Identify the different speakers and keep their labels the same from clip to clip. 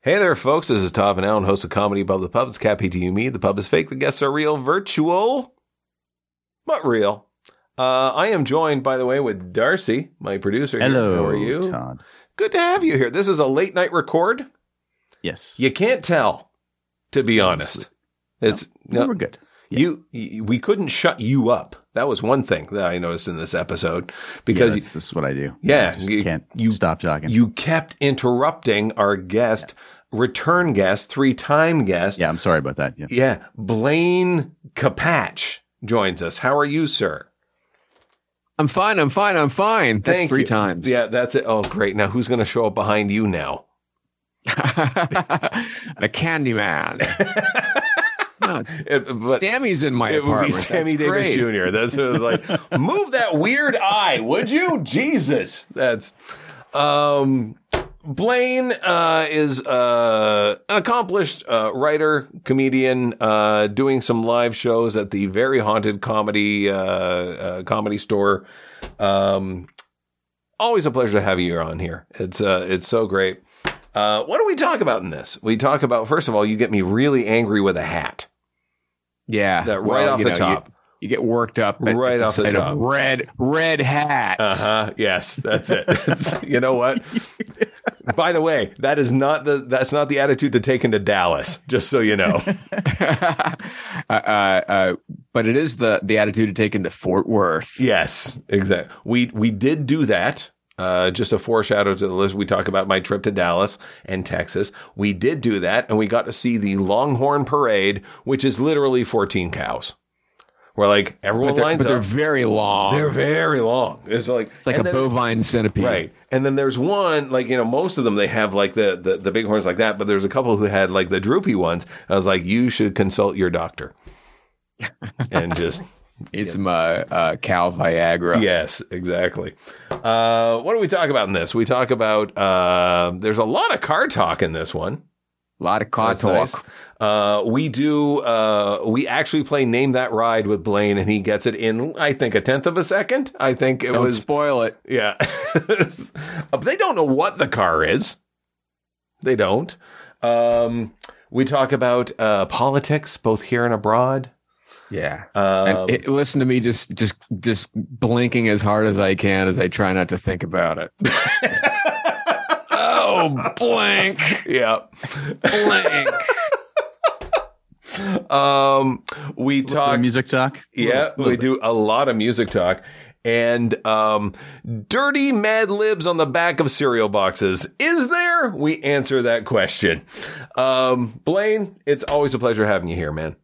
Speaker 1: Hey there, folks. This is Tav and Allen, host of Comedy Above the Pub. It's Cappy to you, me. The pub is fake. The guests are real, virtual, but real. Uh, I am joined, by the way, with Darcy, my producer. here.
Speaker 2: Hello,
Speaker 1: How are you?
Speaker 2: Todd?
Speaker 1: Good to have you here. This is a late night record.
Speaker 2: Yes,
Speaker 1: You can't tell, to be honest. It's
Speaker 2: No,
Speaker 1: no,
Speaker 2: we're good. Yeah.
Speaker 1: you, you. We couldn't shut you up. That was one thing that I noticed in this episode
Speaker 2: Because
Speaker 1: because
Speaker 2: this is what I do.
Speaker 1: Yeah,
Speaker 2: I just
Speaker 1: you-
Speaker 2: can't
Speaker 1: you-
Speaker 2: stop talking.
Speaker 1: you kept interrupting our guest, return guest, three time guest.
Speaker 2: yeah, I'm sorry about that. Yeah,
Speaker 1: Yeah. Blaine Capatch joins us. How are you, sir?
Speaker 3: I'm fine. I'm fine. I'm fine. That's
Speaker 1: Thank
Speaker 3: three
Speaker 1: you.
Speaker 3: times.
Speaker 1: Yeah, that's it. Oh, great. Now, who's going to show up behind you now?
Speaker 3: the candy man. No,
Speaker 1: It, Uh, but
Speaker 3: Sammy's in my
Speaker 1: it would be
Speaker 3: apartment.
Speaker 1: Sammy
Speaker 3: That's
Speaker 1: Davis
Speaker 3: great.
Speaker 1: Jr. That's what it was like. Move that weird eye, would you? Jesus. That's. Um, Blaine uh, is uh, an accomplished uh, writer, comedian, uh, doing some live shows at the very haunted comedy uh, uh, comedy store. Um, always a pleasure to have you on here. It's uh, it's so great. Uh, what do we talk about in this? We talk about first of all, you get me really angry with a hat.
Speaker 3: Yeah.
Speaker 1: That right
Speaker 3: Well,
Speaker 1: off
Speaker 3: you
Speaker 1: the
Speaker 3: know,
Speaker 1: top.
Speaker 3: You, you get worked up at-
Speaker 1: Right
Speaker 3: at
Speaker 1: off the
Speaker 3: sight of
Speaker 1: top.
Speaker 3: Red red hats.
Speaker 1: Uh huh. Yes, that's it. It's- you know what? By the way, that is not the that's not the attitude to take into Dallas. Just so you know.
Speaker 3: uh, uh, uh, but it is the the attitude to take into Fort Worth.
Speaker 1: yes, exactly. We we did do that. Uh, just a foreshadow to the list. We talk about my trip to Dallas and Texas. We did do that, and we got to see the Longhorn Parade, which is literally 14 cows. Where like everyone
Speaker 3: But they're,
Speaker 1: lines
Speaker 3: but they're
Speaker 1: up.
Speaker 3: very long.
Speaker 1: They're very long. It's like
Speaker 3: it's like a bovine centipede.
Speaker 1: Right. And then there's one, like, you know, most of them they have like the, the, the big horns like that, but there's a couple who had like the droopy ones. I was like, you should consult your doctor. and just,
Speaker 3: Need some uh, uh, cow Viagra.
Speaker 1: yes, exactly. Uh, what do we talk about in this? We talk about, uh, there's a lot of car talk in this one.
Speaker 3: A lot of car
Speaker 1: That's
Speaker 3: talk.
Speaker 1: nice. Uh, we do, uh, we actually play Name That Ride with Blaine and he gets it in, I think, a tenth of a second. I think it
Speaker 3: Don't
Speaker 1: was
Speaker 3: spoil it.
Speaker 1: Yeah. Uh, But they don't know what the car is. They don't. Um, we talk about uh, politics, both here and abroad.
Speaker 3: Yeah.
Speaker 1: Um,
Speaker 3: and it, listen to me just just just blinking as hard as I can as I try not to think about it. oh, blink,
Speaker 1: yeah.
Speaker 3: blink.
Speaker 1: Um, we
Speaker 2: Little bit of
Speaker 1: talk.
Speaker 2: music talk.
Speaker 1: Yeah, we do a lot of music talk. And um, dirty Mad Libs on the back of cereal boxes. Is there? We answer that question. Um, Blaine, it's always a pleasure having you here, man.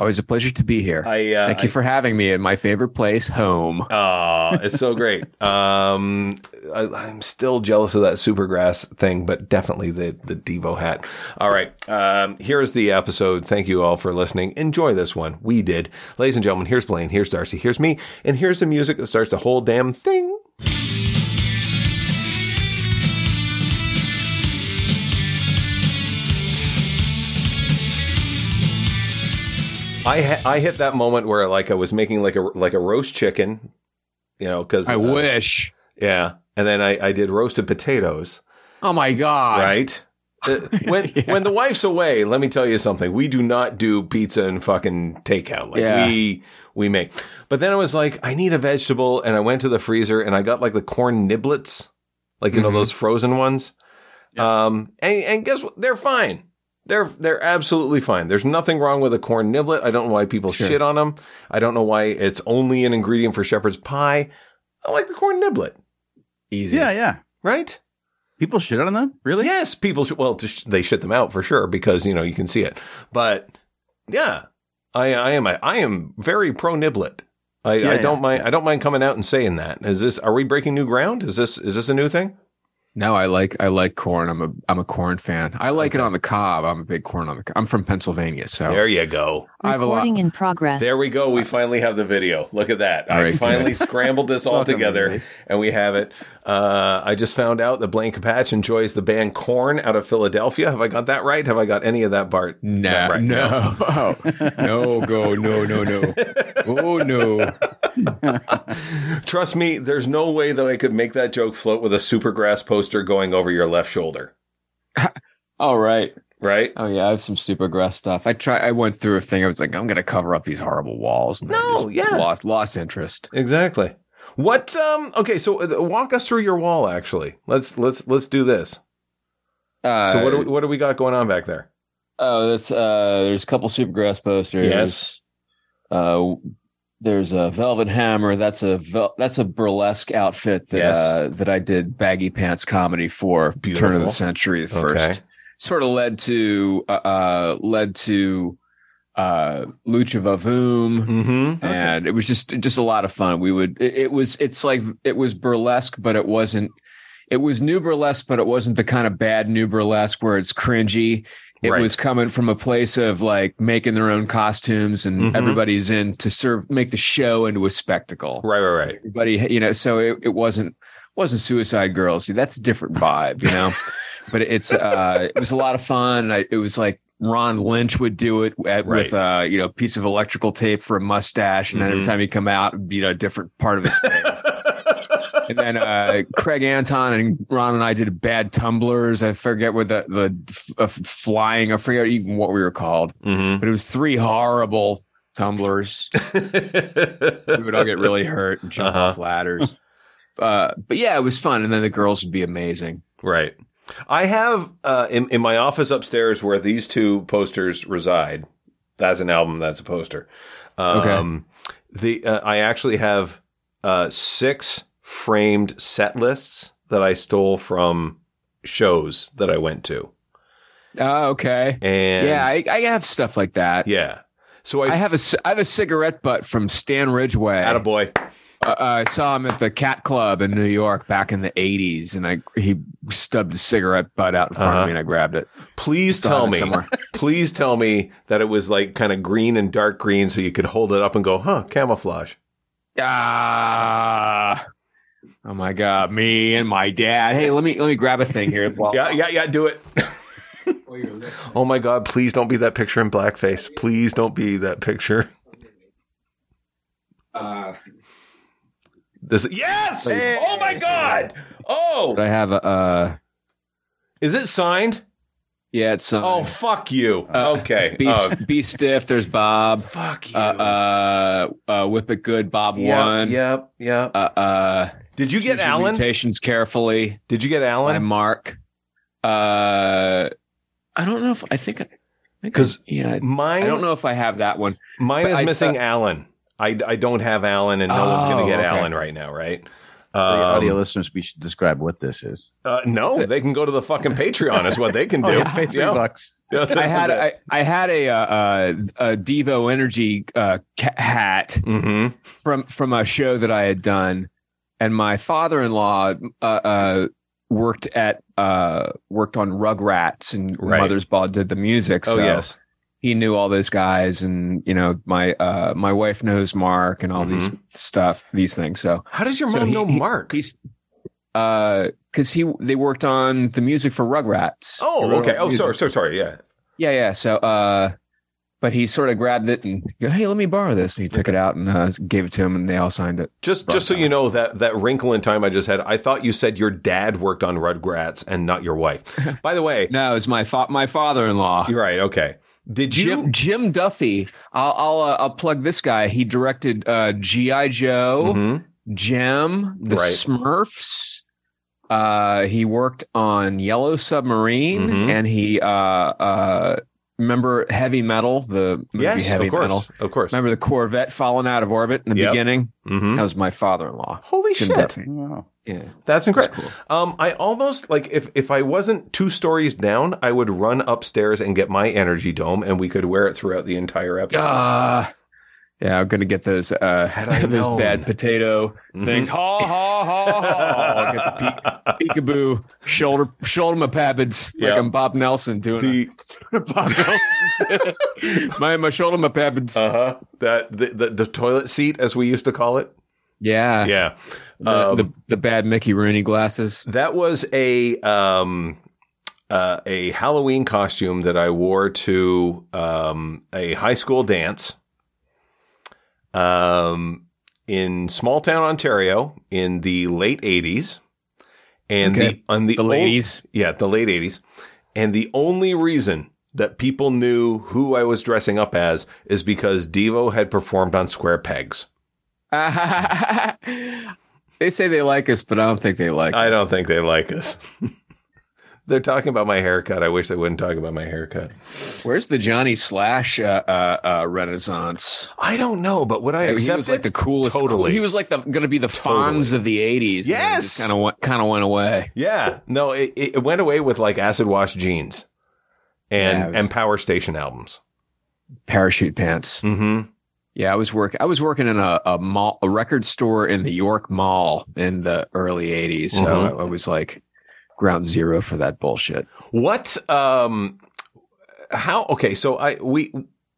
Speaker 3: Always a pleasure to be here.
Speaker 1: I uh,
Speaker 3: Thank you for having me in my favorite place, home.
Speaker 1: Oh, it's so great. Um, I, I'm still jealous of that supergrass thing, but definitely the the Devo hat. All right, um, here's the episode. Thank you all for listening. Enjoy this one. We did, ladies and gentlemen. Here's Blaine. Here's Darcy. Here's me. And here's the music that starts the whole damn thing. I ha- I hit that moment where like I was making like a like a roast chicken, you know, because
Speaker 3: I wish.
Speaker 1: yeah, and then I I did roasted potatoes,
Speaker 3: Oh my god.
Speaker 1: right? Uh, when
Speaker 3: Yeah.
Speaker 1: when the wife's away, let me tell you something. We do not do pizza and fucking takeout. Like
Speaker 3: Yeah.
Speaker 1: we we make. But then I was like, I need a vegetable, and I went to the freezer and I got like the corn niblets, like you know
Speaker 3: Mhm.
Speaker 1: those frozen ones. Um, and, and guess what? They're fine. They're they're absolutely fine. There's nothing wrong with a corn niblet. I don't know why people
Speaker 3: Sure.
Speaker 1: shit on them. I don't know why it's only an ingredient for shepherd's pie. I like the corn niblet,
Speaker 3: Easy.
Speaker 2: Yeah, yeah.
Speaker 1: right?
Speaker 2: People shit on them. Really?
Speaker 1: Yes, people. Sh- well, just- they shit them out for sure because you know you can see it. But yeah, I, I am. I am very pro niblet. I,
Speaker 2: Yeah,
Speaker 1: I don't
Speaker 2: yeah,
Speaker 1: mind. I don't mind coming out and saying that. Is this? Are we breaking new ground? Is this? Is this a new thing?
Speaker 3: No, I like I like corn. I'm a I'm a corn fan. I like it on the cob. I'm a big corn on the cob. I'm from Pennsylvania, so
Speaker 1: There you go.
Speaker 3: I have a lot.
Speaker 4: Recording in progress.
Speaker 1: There we go. We finally have the video. Look at that. I
Speaker 3: Very good.
Speaker 1: finally scrambled this all
Speaker 2: Welcome,
Speaker 1: together,
Speaker 2: everybody.
Speaker 1: and we have it. Uh, I just found out that Blaine Capatch enjoys the band Corn out of Philadelphia. Have I got that right? Have I got any of that part?
Speaker 3: No,
Speaker 1: that right?
Speaker 3: no, no, go, no, no, no, oh no.
Speaker 1: Trust me, there's no way that I could make that joke float with a supergrass poster going over your left shoulder.
Speaker 3: Oh right.
Speaker 1: right?
Speaker 3: Oh yeah, I have some stupid grass stuff. I try. I went through a thing. I was like, I'm gonna cover up these horrible walls. And I
Speaker 1: No,
Speaker 3: just
Speaker 1: yeah.
Speaker 3: lost lost interest.
Speaker 1: Exactly. What? Um. Okay. So uh, walk us through your wall. Actually, let's let's let's do this.
Speaker 3: Uh,
Speaker 1: So what do we, what do we got going on back there?
Speaker 3: Oh, that's uh. There's a couple supergrass posters.
Speaker 1: Yes.
Speaker 3: Uh, there's a Velvet Hammer. That's a vel- that's a burlesque outfit that
Speaker 1: Yes.
Speaker 3: uh, that I did baggy pants comedy for turn of
Speaker 1: Beautiful.
Speaker 3: the century the first.
Speaker 1: Okay.
Speaker 3: Sort of led to uh, uh led to uh Lucha Vavoom.
Speaker 1: Mm-hmm.
Speaker 2: Okay.
Speaker 3: and it was just just a lot of fun. We would it, it was it's like it was burlesque, but it wasn't. It was new burlesque, but it wasn't the kind of bad new burlesque where it's cringy. It
Speaker 1: Right.
Speaker 3: was coming from a place of like making their own costumes and
Speaker 1: Mhm.
Speaker 3: everybody's in to serve make the show into a spectacle.
Speaker 1: Right. Right. Right.
Speaker 3: Everybody, you know, so it, it wasn't wasn't Suicide Girls. That's a different vibe, you know. but it's uh, it was a lot of fun. And I, it was like Ron Lynch would do it at, with uh, you know a piece of electrical tape for a mustache, and then every
Speaker 1: Mhm.
Speaker 3: time he come out, it'd be a different part of his face. and then uh, Craig Anton and Ron and I did bad tumblers. I forget what the the f- uh, flying. I forget even what we were called,
Speaker 1: mm-hmm.
Speaker 3: but it was three horrible tumblers we would all get really hurt and jump
Speaker 1: Uh-huh.
Speaker 3: off ladders. Uh, but yeah, it was fun, and then the girls would be amazing.
Speaker 1: Right. I have uh, in, in my office upstairs where these two posters reside. That's an album. That's a poster. Um, The uh, I actually have uh, six framed set lists that I stole from shows that I went to,
Speaker 3: Oh, okay.
Speaker 1: and
Speaker 3: yeah, I, I have stuff like that.
Speaker 1: yeah. So I,
Speaker 3: I have a c- I have a cigarette butt from Stan Ridgway.
Speaker 1: had a boy.
Speaker 3: Uh, I saw him at the Cat Club in New York back in the '80s, and I he stubbed a cigarette butt out in front
Speaker 1: Uh-huh.
Speaker 3: of me, and I grabbed it.
Speaker 1: Please
Speaker 3: Still have
Speaker 1: tell
Speaker 3: it
Speaker 1: me.
Speaker 3: somewhere.
Speaker 1: Please tell me that it was like kind of green and dark green, so you could hold it up and go, "Huh, camouflage."
Speaker 3: Ah. Oh my god, me and my dad. Hey, let me let me grab a thing here. While,
Speaker 1: Yeah, yeah, yeah. Do it.
Speaker 3: while you're listening.
Speaker 1: Oh my God, please don't be that picture in blackface. Please don't be that picture.
Speaker 3: Uh,
Speaker 1: This Yes!
Speaker 3: Hey.
Speaker 1: Oh my God!
Speaker 3: but I
Speaker 1: Oh!
Speaker 3: have a uh,
Speaker 1: Is it signed?
Speaker 3: yeah, it's um,
Speaker 1: Oh, fuck you.
Speaker 3: Uh,
Speaker 1: okay.
Speaker 3: Be,
Speaker 1: Oh,
Speaker 3: be stiff. There's Bob.
Speaker 1: fuck you.
Speaker 3: Uh, uh, uh, whip it good. Bob
Speaker 1: yep,
Speaker 3: one.
Speaker 1: Yep, yep.
Speaker 3: Uh, uh,
Speaker 1: Did you get
Speaker 3: choose your
Speaker 1: Alan?
Speaker 3: Mutations carefully.
Speaker 1: Did you get
Speaker 3: By
Speaker 1: Alan?
Speaker 3: Mark. Uh, I don't know if I think. I think I-
Speaker 1: 'Cause
Speaker 3: yeah, I-
Speaker 1: Mine,
Speaker 3: I don't know if I have that one.
Speaker 1: mine
Speaker 3: but
Speaker 1: is
Speaker 3: I
Speaker 1: missing
Speaker 3: thought-
Speaker 1: Alan. I, I don't have Alan, and no one's going
Speaker 3: Oh,
Speaker 1: to get
Speaker 3: okay.
Speaker 1: Alan right now, right?
Speaker 2: For the audio
Speaker 1: Um,
Speaker 2: listeners, we should describe what this is.
Speaker 1: uh, no, they can go to the fucking Patreon, is what they can do.
Speaker 2: Oh, yeah, pay three
Speaker 1: Yeah.
Speaker 2: bucks.
Speaker 1: Yeah,
Speaker 3: I
Speaker 1: this
Speaker 3: had
Speaker 1: is
Speaker 3: I, I had a uh, uh, a Devo Energy uh, ca- hat
Speaker 1: Mhm.
Speaker 3: from from a show that I had done, and my father in law uh, uh, worked at uh, worked on Rugrats, and
Speaker 1: Right.
Speaker 3: Mother's Ball did the music.
Speaker 1: Oh,
Speaker 3: so
Speaker 1: yes.
Speaker 3: he knew all those guys, and you know my uh, my wife knows Mark and all
Speaker 1: Mm-hmm.
Speaker 3: these stuff, these things. So
Speaker 1: How does your
Speaker 3: So
Speaker 1: mom
Speaker 3: he-
Speaker 1: know
Speaker 3: he-
Speaker 1: Mark?
Speaker 3: he's because he they worked on the music for Rugrats. They
Speaker 1: Oh,
Speaker 3: wrote
Speaker 1: okay.
Speaker 3: all the
Speaker 1: Oh,
Speaker 3: music.
Speaker 1: sorry, so sorry. Yeah.
Speaker 3: Yeah, yeah. So, uh, but he sort of grabbed it and go, hey, let me borrow this. And he took it out and uh, gave it to him, and they all signed it.
Speaker 1: Just just so you know that that wrinkle in time I just had, I thought you said your dad worked on Rugrats and not your wife. By the way,
Speaker 3: No, it was my fa- my father in law,
Speaker 1: you're right. Okay. Did you?
Speaker 3: Jim Jim Duffy. I'll I'll, uh, I'll plug this guy. He directed uh, GI Joe,
Speaker 1: Mhm.
Speaker 3: Jim, The
Speaker 1: Right.
Speaker 3: Smurfs. Uh, he worked on Yellow Submarine,
Speaker 1: Mhm.
Speaker 3: and he uh, uh, remember Heavy Metal, the movie
Speaker 1: Yes,
Speaker 3: Heavy
Speaker 1: of course,
Speaker 3: Metal.
Speaker 1: of course.
Speaker 3: Remember the Corvette falling out of orbit in the
Speaker 1: Yep.
Speaker 3: beginning?
Speaker 1: Mhm.
Speaker 3: That was my father in law.
Speaker 1: Holy
Speaker 3: Jim
Speaker 1: shit,
Speaker 3: Duffy.
Speaker 2: Wow.
Speaker 3: Yeah.
Speaker 1: that's
Speaker 3: That's
Speaker 1: incredible.
Speaker 3: cool.
Speaker 1: Um, I almost like if if I wasn't two stories down, I would run upstairs and get my energy dome, and we could wear it throughout the entire episode.
Speaker 3: Ah. yeah, I'm gonna get those uh
Speaker 1: Had I
Speaker 3: those
Speaker 1: known.
Speaker 3: bad potato
Speaker 1: Mhm.
Speaker 3: things. Ha ha ha ha! I'll Oh, get the pe- peekaboo shoulder shoulder my pabbits
Speaker 1: Yeah.
Speaker 3: like I'm Bob Nelson doing a-
Speaker 1: The
Speaker 3: Bob Nelson. my my shoulder my pabbits.
Speaker 1: uh huh that the, the the toilet seat as we used to call it.
Speaker 3: yeah,
Speaker 1: Yeah.
Speaker 3: Uh,
Speaker 1: um,
Speaker 3: The, the the bad Mickey Rooney glasses.
Speaker 1: That was a um, uh, a Halloween costume that I wore to um, a high school dance um, in small town Ontario in the late '80s, and
Speaker 3: Okay.
Speaker 1: the on the
Speaker 3: The
Speaker 1: old-
Speaker 3: ladies.
Speaker 1: yeah, the late '80s, And the only reason that people knew who I was dressing up as is because Devo had performed on square pegs.
Speaker 3: they say they like us, but I don't think they like.
Speaker 1: I
Speaker 3: us.
Speaker 1: don't think they like us. They're talking about my haircut. I wish they wouldn't talk about my haircut.
Speaker 3: Where's the Johnny Slash uh, uh, uh, Renaissance?
Speaker 1: I don't know, but would I
Speaker 3: He
Speaker 1: accept
Speaker 3: was like
Speaker 1: it?
Speaker 3: the coolest.
Speaker 1: Totally.
Speaker 3: he was like the going to be the Fonz of the '80s.
Speaker 1: Yes!
Speaker 3: kind of went, kind of went away.
Speaker 1: yeah. No, it, it went away with like acid wash jeans and
Speaker 3: Yeah, it was-
Speaker 1: and Power Station albums.
Speaker 3: Parachute pants.
Speaker 1: Mm-hmm.
Speaker 3: Yeah, I was work. I was working in a, a mall, a record store in the York Mall in the early '80s. So
Speaker 1: Mhm.
Speaker 3: I, I was like ground zero for that bullshit.
Speaker 1: What? Um. How? Okay. So I we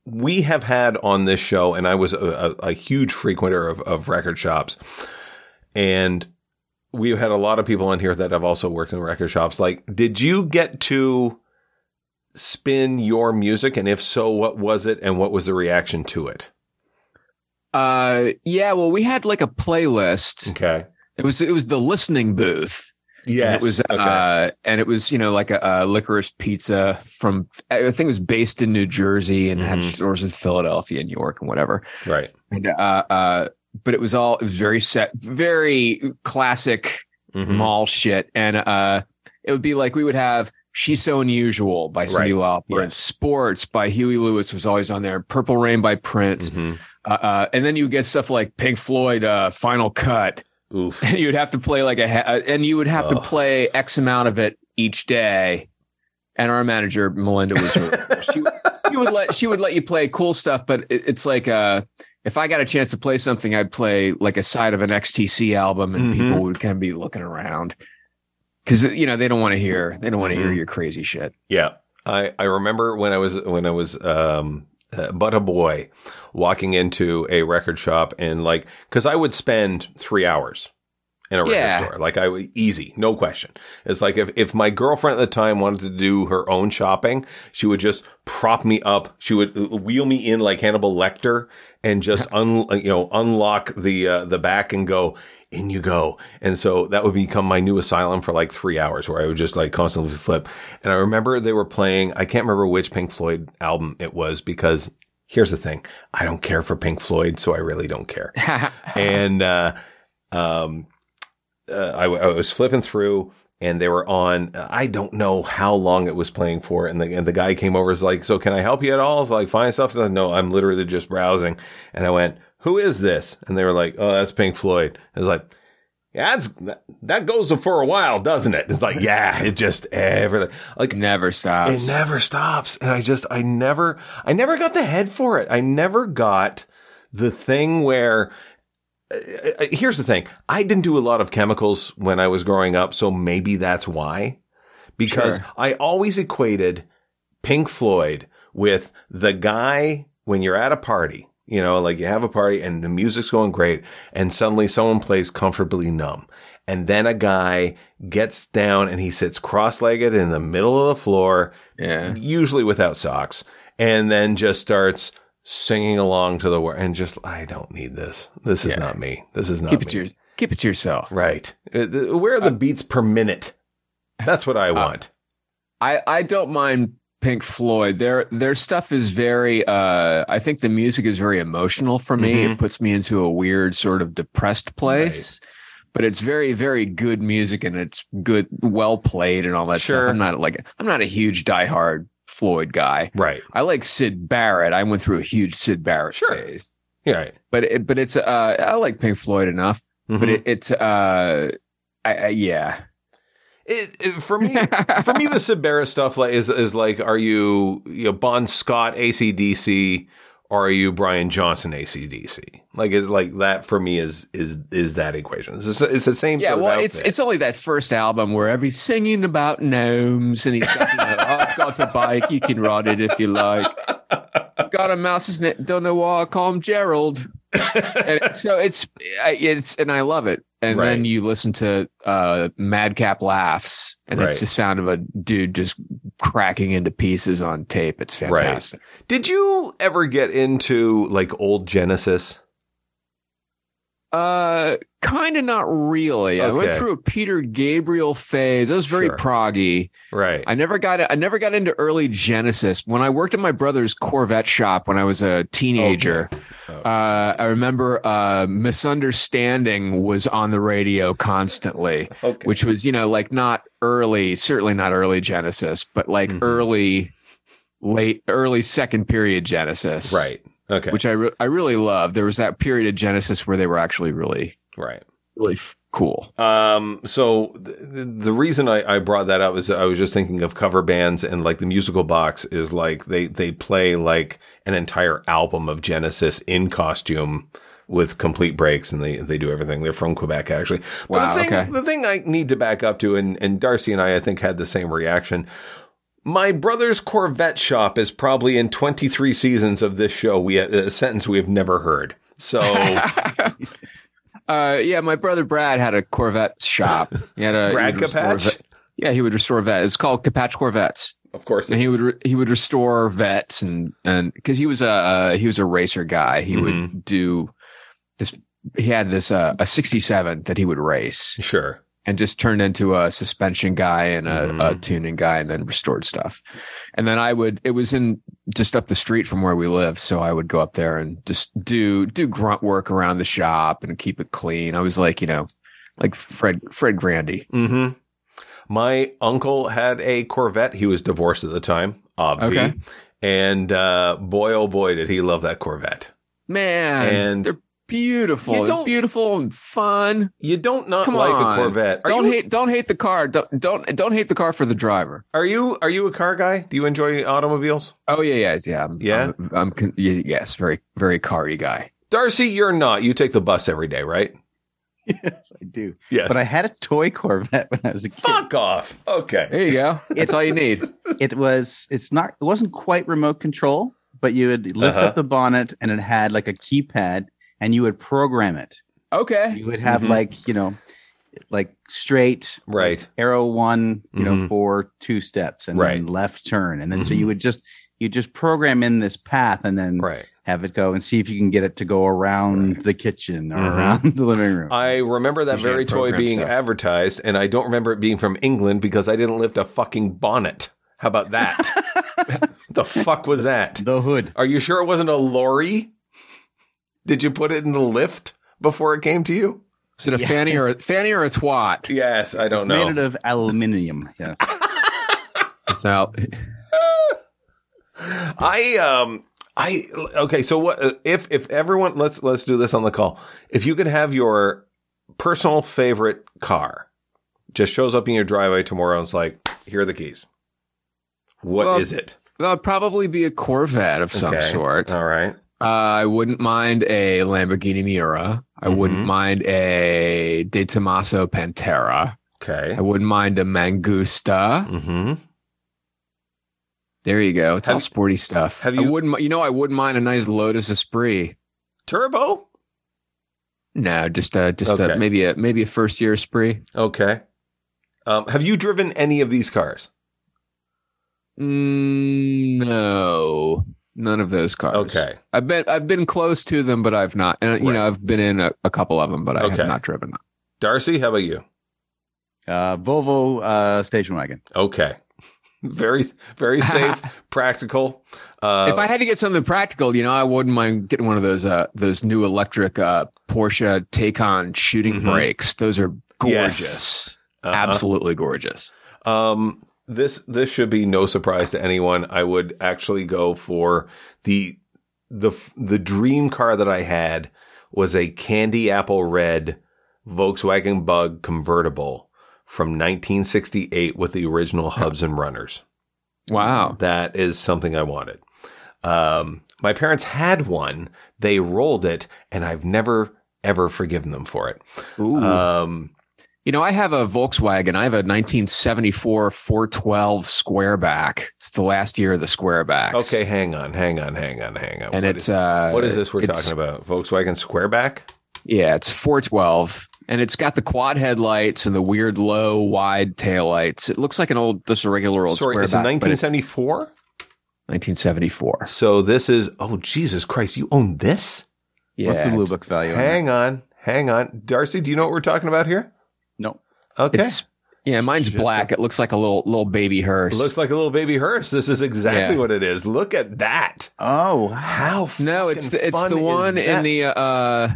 Speaker 1: we have had on this show, and I was a, a, a huge frequenter of, of record shops, and we've had a lot of people on here that have also worked in record shops. Like, did you get to spin your music, and if so, what was it, and what was the reaction to it?
Speaker 3: Uh, yeah. Well, we had like a playlist.
Speaker 1: Okay.
Speaker 3: It was it was the listening booth.
Speaker 1: Yes.
Speaker 3: And it was, uh, and it was, you know, like a, a licorice pizza from, I think it was based in New Jersey and had
Speaker 1: Mhm.
Speaker 3: stores in Philadelphia and New York and whatever.
Speaker 1: right.
Speaker 3: And, uh, uh, but it was all, it was very set, very classic
Speaker 1: Mhm.
Speaker 3: mall shit. And, uh, it would be like, we would have She's So Unusual by Cindy Lauper and
Speaker 1: Yes.
Speaker 3: Sports by Huey Lewis was always on there. Purple Rain by Prince.
Speaker 1: Mhm.
Speaker 3: Uh, uh, and then you would get stuff like Pink Floyd, uh, Final Cut
Speaker 1: Mm-hmm. Oof.
Speaker 3: and you'd have to play like a ha- uh, and you would have to
Speaker 1: Ugh.
Speaker 3: play x amount of it each day and our manager melinda was her, she, she would let she would let you play cool stuff but it, it's like uh if i got a chance to play something i'd play like a side of an xtc album and
Speaker 1: Mhm.
Speaker 3: people would kind of be looking around because you know they don't want to hear they don't want to hear
Speaker 1: Mhm.
Speaker 3: your crazy shit
Speaker 1: Yeah, I, I remember when I was when I was um, uh, but a boy, walking into a record shop and like because I would spend three hours in a record
Speaker 3: Yeah.
Speaker 1: store, like I would easy, no question. It's like if if my girlfriend at the time wanted to do her own shopping, she would just prop me up. She would uh, wheel me in like Hannibal Lecter and just un, uh, you know unlock the uh, the back and go in you go. And so that would become my new asylum for like three hours where I would just like constantly flip. And I remember they were playing, I can't remember which Pink Floyd album it was because here's the thing. I don't care for Pink Floyd. So I really don't care. and, uh, um, uh, I, w- I was flipping through and they were on, uh, I don't know how long it was playing for. And the, and the guy came over is like, so can I help you at all? It's like, find stuff. So, no, I'm literally just browsing. And I went, who is this? And they were like, oh, that's Pink Floyd. I was like, yeah, that's, that- that goes for a while, doesn't it? It's like, yeah, it just everything. Like,
Speaker 3: never
Speaker 1: it
Speaker 3: stops
Speaker 1: never stops. And I just, I never, I never got the head for it. I never got the thing where, uh, uh, here's the thing. I didn't do a lot of chemicals when I was growing up. So maybe that's why, because
Speaker 3: Sure.
Speaker 1: I always equated Pink Floyd with the guy when you're at a party, you know, like you have a party and the music's going great. And suddenly someone plays comfortably numb. And then a guy gets down and he sits cross-legged in the middle of the floor
Speaker 3: yeah
Speaker 1: usually without socks, and then just starts singing along to the word and just I don't need this. This is
Speaker 3: Yeah.
Speaker 1: not me. This is not
Speaker 3: keep it
Speaker 1: me.
Speaker 3: to your, keep it to yourself
Speaker 1: right. Uh, th- Where are the beats per minute? That's what
Speaker 3: uh,
Speaker 1: I want.
Speaker 3: I I don't mind Pink Floyd. Their their stuff is very uh I think the music is very emotional for me.
Speaker 1: Mm-hmm.
Speaker 3: It puts me into a weird sort of depressed place. But it's very, very good music and it's good well played and all that
Speaker 1: Sure.
Speaker 3: stuff. I'm not like I'm not a huge diehard Floyd guy.
Speaker 1: right.
Speaker 3: I like Sid Barrett. I went through a huge Sid Barrett
Speaker 1: Sure.
Speaker 3: phase.
Speaker 1: Yeah. Right.
Speaker 3: But it, but it's uh I like Pink Floyd enough. But
Speaker 1: Mhm.
Speaker 3: it, it's uh I, I yeah.
Speaker 1: It, it- for me, for me, the Sibera stuff like is is like, are you you know, Bon Scott ACDC or are you Brian Johnson ACDC? Like is like that for me is is is that equation? It's, the- it's the same.
Speaker 3: Yeah,
Speaker 1: sort of
Speaker 3: well, it's
Speaker 1: outfit.
Speaker 3: it's only that first album where every singing about gnomes and he's got, you know, "Oh, I've got a bike, you can ride it if you like. I've got a mouse, isn't it? Don't know why I call him Gerald. And it- so it's I- it's and I love it. And
Speaker 1: Right.
Speaker 3: then you listen to uh, Madcap laughs, and
Speaker 1: Right.
Speaker 3: it's the sound of a dude just cracking into pieces on tape. It's
Speaker 1: Right.
Speaker 3: fantastic.
Speaker 1: Did you ever get into like old Genesis?
Speaker 3: Uh, kind of not really. I went
Speaker 1: Okay.
Speaker 3: through a Peter Gabriel phase. I was very
Speaker 1: Sure.
Speaker 3: proggy.
Speaker 1: Right.
Speaker 3: I never got I never got into early Genesis. When I worked at my brother's Corvette shop when I was a teenager,
Speaker 1: Oh,
Speaker 3: uh, I remember uh, misunderstanding was on the radio constantly,
Speaker 1: okay.
Speaker 3: which was you know like not early, certainly not early Genesis, but like
Speaker 1: Mhm.
Speaker 3: early, late, early second period Genesis,
Speaker 1: right. Okay.
Speaker 3: Which I re- I really loved. There was that period of Genesis where they were actually really
Speaker 1: right.
Speaker 3: really f- cool.
Speaker 1: Um, so th- th- the reason I, I brought that up is I was just thinking of cover bands and like the musical box is like they, they play like an entire album of Genesis in costume with complete breaks and they, they do everything. They're from Quebec actually. But
Speaker 3: Wow,
Speaker 1: the thing,
Speaker 3: okay.
Speaker 1: the thing I need to back up to and, and Darcy and I, I think had the same reaction. My brother's Corvette shop is probably in 23 seasons of this show. We, uh, a sentence we have never heard. So
Speaker 3: Uh, yeah, my brother Brad had a Corvette shop. He had a
Speaker 1: Brad
Speaker 3: he would restore
Speaker 1: Capatch,
Speaker 3: ve- yeah, he would restore vets. It's called Capatch Corvettes,
Speaker 1: of course,
Speaker 3: and he would re- he would restore vets and and because he was a uh, he was a racer guy. He
Speaker 1: Mm-hmm.
Speaker 3: would do this. He had this uh, a '67 that he would race
Speaker 1: sure.
Speaker 3: and just turned into a suspension guy and a, a
Speaker 1: Mhm.
Speaker 3: tuning guy and then restored stuff. And then I would it was in just up the street from where we lived, so I would go up there and just do do grunt work around the shop and keep it clean. I was like, you know, like Fred Fred Grandy.
Speaker 1: hmm My uncle had a Corvette. He was divorced at the time, obvi.
Speaker 3: Okay.
Speaker 1: And uh, boy, oh boy, did he love that Corvette.
Speaker 3: Man,
Speaker 1: And-
Speaker 3: they're beautiful.
Speaker 1: You
Speaker 3: They're
Speaker 1: don't-
Speaker 3: beautiful and fun.
Speaker 1: You don't not
Speaker 3: Come
Speaker 1: like
Speaker 3: on.
Speaker 1: a Corvette. Are
Speaker 3: don't
Speaker 1: you,
Speaker 3: hate don't hate the car. Don't don't don't hate the car for the driver.
Speaker 1: Are you are you a car guy? Do you enjoy automobiles?
Speaker 3: Oh yeah, yeah, yeah. I'm,
Speaker 1: Yeah?
Speaker 3: I'm, I'm con- y- yes, very very car-y guy.
Speaker 1: Darcy, you're not. You take the bus every day, right?
Speaker 2: yes, I do.
Speaker 1: Yes.
Speaker 2: But I had a toy Corvette when I was a kid.
Speaker 1: fuck off. Okay.
Speaker 3: There you go. That's all you need.
Speaker 2: It was. It's not. It wasn't quite remote control, but you would lift
Speaker 1: Uh-huh.
Speaker 2: up the bonnet, and it had like a keypad, and you would program it.
Speaker 3: Okay.
Speaker 2: You would have
Speaker 1: Mhm.
Speaker 2: like you know, like straight,
Speaker 1: Right.
Speaker 2: arrow one, you know,
Speaker 1: Mhm.
Speaker 2: four, two steps, and
Speaker 1: Right.
Speaker 2: then left turn, and then so
Speaker 1: Mhm.
Speaker 2: you would just you just program in this path, and then
Speaker 1: Right.
Speaker 2: have it go and see if you can get it to go around the kitchen or
Speaker 1: Mhm.
Speaker 2: around the living room.
Speaker 1: I remember that
Speaker 3: You should
Speaker 1: very toy
Speaker 3: program
Speaker 1: being
Speaker 3: stuff.
Speaker 1: advertised, and I don't remember it being from England because I didn't lift a fucking bonnet. How about that? the fuck was that?
Speaker 2: the hood.
Speaker 1: Are you sure it wasn't a lorry? Did you put it in the lift before it came to you?
Speaker 3: Is it a
Speaker 2: Yeah.
Speaker 3: fanny or a fanny or a twat?
Speaker 1: Yes, I don't
Speaker 2: Made it
Speaker 1: know.
Speaker 2: of aluminium. Yes.
Speaker 3: It's out.
Speaker 1: I um I okay, so what if if everyone let's let's do this on the call. If you could have your personal favorite car just shows up in your driveway tomorrow and it's like, here are the keys. What is
Speaker 3: Well,
Speaker 1: it?
Speaker 3: That'll probably be a Corvette of some
Speaker 1: Okay.
Speaker 3: sort. Uh,
Speaker 1: All right.
Speaker 3: I wouldn't mind a Lamborghini Miura. I wouldn't
Speaker 1: Mhm.
Speaker 3: mind a De Tomaso Pantera.
Speaker 1: Okay.
Speaker 3: I wouldn't mind a Mangusta.
Speaker 1: Mm-hmm.
Speaker 3: There you go. It's all
Speaker 1: Have-
Speaker 3: sporty stuff.
Speaker 1: have
Speaker 3: I
Speaker 1: you-
Speaker 3: wouldn't. mi- You know, I wouldn't mind a nice Lotus Esprit.
Speaker 1: Turbo?
Speaker 3: No, just a just
Speaker 1: Okay.
Speaker 3: a maybe a maybe a first year Esprit.
Speaker 1: Okay. Um, have you driven any of these cars?
Speaker 3: Mm, no, none of those cars.
Speaker 1: Okay.
Speaker 3: I've been I've been close to them, but I've not. And you
Speaker 1: Right.
Speaker 3: know, I've been in a, a couple of them, but I
Speaker 1: Okay.
Speaker 3: have not driven. them.
Speaker 1: Darcy, how about you?
Speaker 2: Uh, Volvo uh, station wagon.
Speaker 1: Okay. Very, very safe, practical. Uh,
Speaker 3: if I had to get something practical, you know, I wouldn't mind getting one of those uh those new electric uh Porsche Taycan shooting
Speaker 1: Mhm.
Speaker 3: brakes. Those are gorgeous,
Speaker 1: uh-uh.
Speaker 3: absolutely gorgeous.
Speaker 1: Um, this this should be no surprise to anyone. I would actually go for the the the dream car that I had was a candy apple red Volkswagen Bug convertible from 1968 with the original hubs and runners.
Speaker 3: Wow.
Speaker 1: That is something I wanted. Um, my parents had one. They rolled it, and I've never ever forgiven them for it.
Speaker 3: Ooh.
Speaker 1: Um,
Speaker 3: you know, I have a Volkswagen. I have a 1974 412 Squareback. It's the last year of the Squarebacks.
Speaker 1: okay, hang on, hang on, hang on, hang on. What
Speaker 3: And it's
Speaker 1: is-
Speaker 3: uh
Speaker 1: what is this we're
Speaker 3: it's-
Speaker 1: talking about? Volkswagen Squareback.
Speaker 3: Yeah, it's 412 and it's got the quad headlights and the weird low wide taillights. It looks like an old just a regular old
Speaker 1: Sorry, it's a
Speaker 3: Squareback, but it's
Speaker 1: 1974.
Speaker 3: 1974.
Speaker 1: So this is oh Jesus Christ! You own this?
Speaker 3: Yeah.
Speaker 2: What's the
Speaker 3: it's-
Speaker 2: Blue Book value? on
Speaker 1: Hang on, Hang on, Darcy. Do you know what we're talking about here?
Speaker 2: No.
Speaker 1: Okay.
Speaker 3: It's yeah, mine's
Speaker 1: Shifted.
Speaker 3: black. It looks like a little little baby hearse.
Speaker 1: It looks like a little baby hearse. This is exactly
Speaker 3: Yeah.
Speaker 1: what it is. Look at that.
Speaker 2: Oh, wow.
Speaker 1: How? f-
Speaker 3: no, it's
Speaker 1: fucking
Speaker 3: it's
Speaker 1: fun
Speaker 3: the
Speaker 1: is
Speaker 3: one in
Speaker 1: that?
Speaker 3: the uh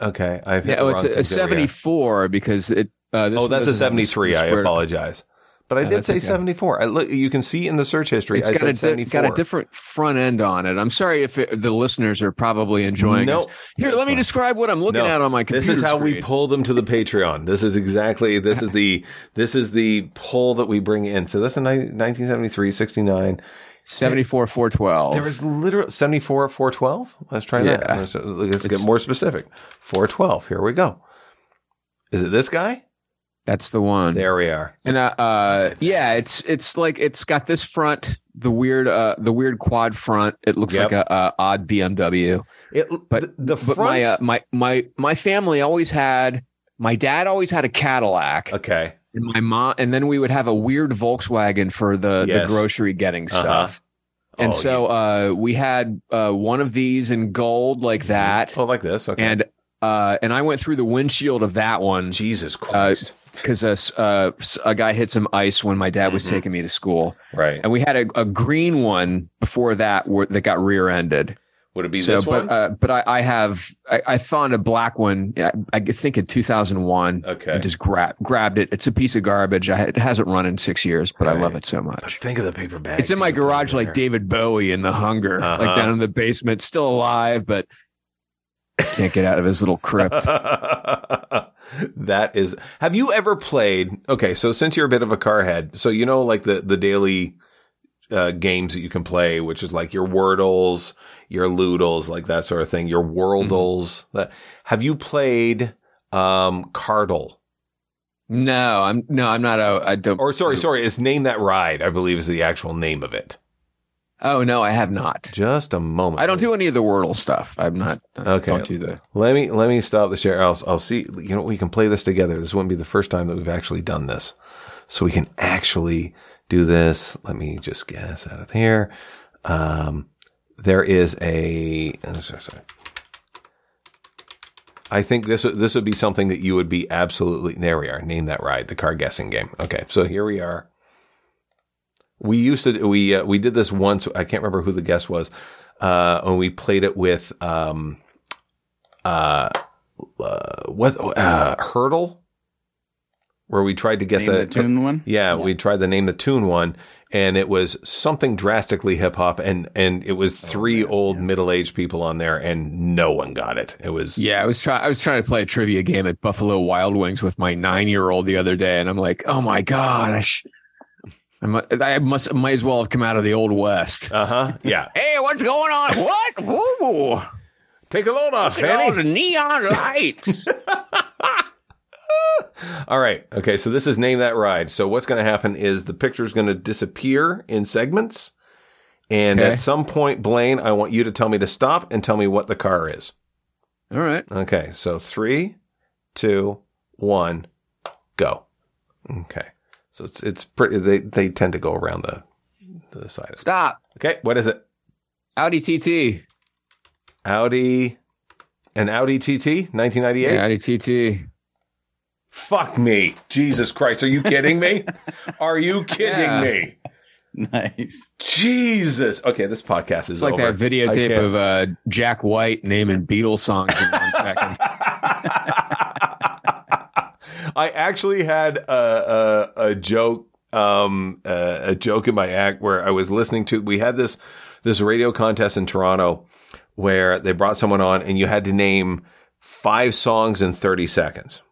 Speaker 1: Okay, I've hit
Speaker 3: yeah, oh,
Speaker 1: the
Speaker 3: it's
Speaker 1: wrong thing.
Speaker 3: a, a
Speaker 1: There we are.
Speaker 3: 74 because it uh this
Speaker 1: oh,
Speaker 3: one
Speaker 1: that's a
Speaker 3: doesn't have the
Speaker 1: 73. I
Speaker 3: square-
Speaker 1: apologize. But I
Speaker 3: No,
Speaker 1: did
Speaker 3: that's
Speaker 1: say
Speaker 3: okay.
Speaker 1: 74. I look you can see in the search history
Speaker 3: It's
Speaker 1: I
Speaker 3: got a,
Speaker 1: said
Speaker 3: di-
Speaker 1: 74.
Speaker 3: got a different front end on it. I'm sorry if it, the listeners are probably enjoying
Speaker 1: No,
Speaker 3: this. Here, let me describe what I'm looking
Speaker 1: No,
Speaker 3: at on my computer.
Speaker 1: This is how we
Speaker 3: screen.
Speaker 1: pull them to the Patreon. This is exactly this is the this is the pull that we bring in. So that's a ni- 1973 69.
Speaker 3: 74 412.
Speaker 1: There is literally 74 412. Let's try that.
Speaker 3: Yeah.
Speaker 1: Let's, let's get
Speaker 3: It's-
Speaker 1: more specific. 412. Here we go. Is it this guy?
Speaker 3: That's the one.
Speaker 1: There we are.
Speaker 3: And uh, uh yeah, it's it's like it's got this front, the weird uh the weird quad front. It looks
Speaker 1: Yep.
Speaker 3: like a, a odd BMW.
Speaker 1: It
Speaker 3: But-
Speaker 1: the, the
Speaker 3: But
Speaker 1: front
Speaker 3: my uh, my my my family always had my dad always had a Cadillac
Speaker 1: Okay.
Speaker 3: and my mom and then we would have a weird Volkswagen for the
Speaker 1: Yes.
Speaker 3: the grocery getting
Speaker 1: Uh-huh.
Speaker 3: stuff. And
Speaker 1: Oh,
Speaker 3: so
Speaker 1: you-
Speaker 3: uh we had uh one of these in gold like uh, that
Speaker 1: Oh, like this. Okay.
Speaker 3: and uh and I went through the windshield of that one
Speaker 1: Jesus Christ.
Speaker 3: because a, s- uh, s- a guy hit some ice when my dad was
Speaker 1: Mhm.
Speaker 3: taking me to school,
Speaker 1: right.
Speaker 3: and we had a, a green one before that where, that got rear-ended.
Speaker 1: Would it be
Speaker 3: So,
Speaker 1: this
Speaker 3: but
Speaker 1: one?
Speaker 3: uh, but I, I have I, I found a black one. I, I think in 2001.
Speaker 1: okay.
Speaker 3: I just grabbed grabbed it. It's a piece of garbage. I, it hasn't run in six years, but I love
Speaker 1: Right.
Speaker 3: it so
Speaker 1: But
Speaker 3: much.
Speaker 1: think of the paper bag.
Speaker 3: It's in my garage, like David Bowie in The Hunger,
Speaker 1: Uh-huh.
Speaker 3: like down in the basement, still alive, but can't get out of his little crypt.
Speaker 1: that is. Have you ever played? Okay, so since you're a bit of a car head, so you know, like the the daily uh, games that you can play, which is like your Wordles, your Loodles, like that sort of thing. Your
Speaker 3: Mm-hmm.
Speaker 1: Worldles. That have you played? Um, Cardle.
Speaker 3: No, I'm no, I'm not. A, I don't.
Speaker 1: Or sorry, sorry, it's name that ride. I believe is the actual name of it.
Speaker 3: Oh no, I have not.
Speaker 1: Just a moment.
Speaker 3: I don't do any of the Wordle stuff. I'm not. I
Speaker 1: Okay.
Speaker 3: Don't do the.
Speaker 1: Let me let me stop the share. I'll I'll see. You know, we can play this together. This wouldn't be the first time that we've actually done this, so we can actually do this. Let me just get this out of here. Um, there is a. uh, sorry, sorry. I think this this would be something that you would be absolutely. There we are. Name that ride. The car guessing game. Okay, so here we are. We used to we uh, we did this once. I can't remember who the guest was. Uh, when we played it with um, uh, uh, what uh, hurdle, where we tried to guess
Speaker 2: Name
Speaker 1: a
Speaker 2: the tune one.
Speaker 1: yeah, we tried the name the tune one, and it was something drastically hip hop, and and it was three old middle aged people on there, and no one got it. It was
Speaker 3: Yeah, I was trying. I was trying to play a trivia game at Buffalo Wild Wings with my nine year old the other day, and I'm like, oh my gosh, I must, I must might as well have come out of the old west.
Speaker 1: uh huh yeah.
Speaker 3: Hey, what's going on? What? Whoa!
Speaker 1: Take a load off,
Speaker 3: Look at all
Speaker 1: Fanny.
Speaker 3: the neon lights.
Speaker 1: All right. Okay. So this is name that ride. So what's going to happen is the picture's going to disappear in segments, and
Speaker 3: Okay.
Speaker 1: at some point, Blaine, I want you to tell me to stop and tell me what the car is.
Speaker 3: all right.
Speaker 1: Okay. So three, two, one, go. Okay. So it's it's pretty. They they tend to go around the the side. of-
Speaker 3: Stop.
Speaker 1: Okay. What is it?
Speaker 3: Audi TT.
Speaker 1: Audi, an Audi TT, nineteen ninety eight.
Speaker 3: Yeah, Audi TT.
Speaker 1: Fuck me, Jesus Christ! Are you kidding me? Are you kidding
Speaker 3: Yeah.
Speaker 1: me?
Speaker 2: Nice.
Speaker 1: Jesus. Okay, this podcast is
Speaker 3: It's like
Speaker 1: over.
Speaker 3: that videotape
Speaker 1: can't-
Speaker 3: of uh, Jack White naming Beatles songs in one second.
Speaker 1: I actually had a a, a joke um uh, a joke in my act where I was listening to we had this this radio contest in Toronto where they brought someone on and you had to name five songs in 30 seconds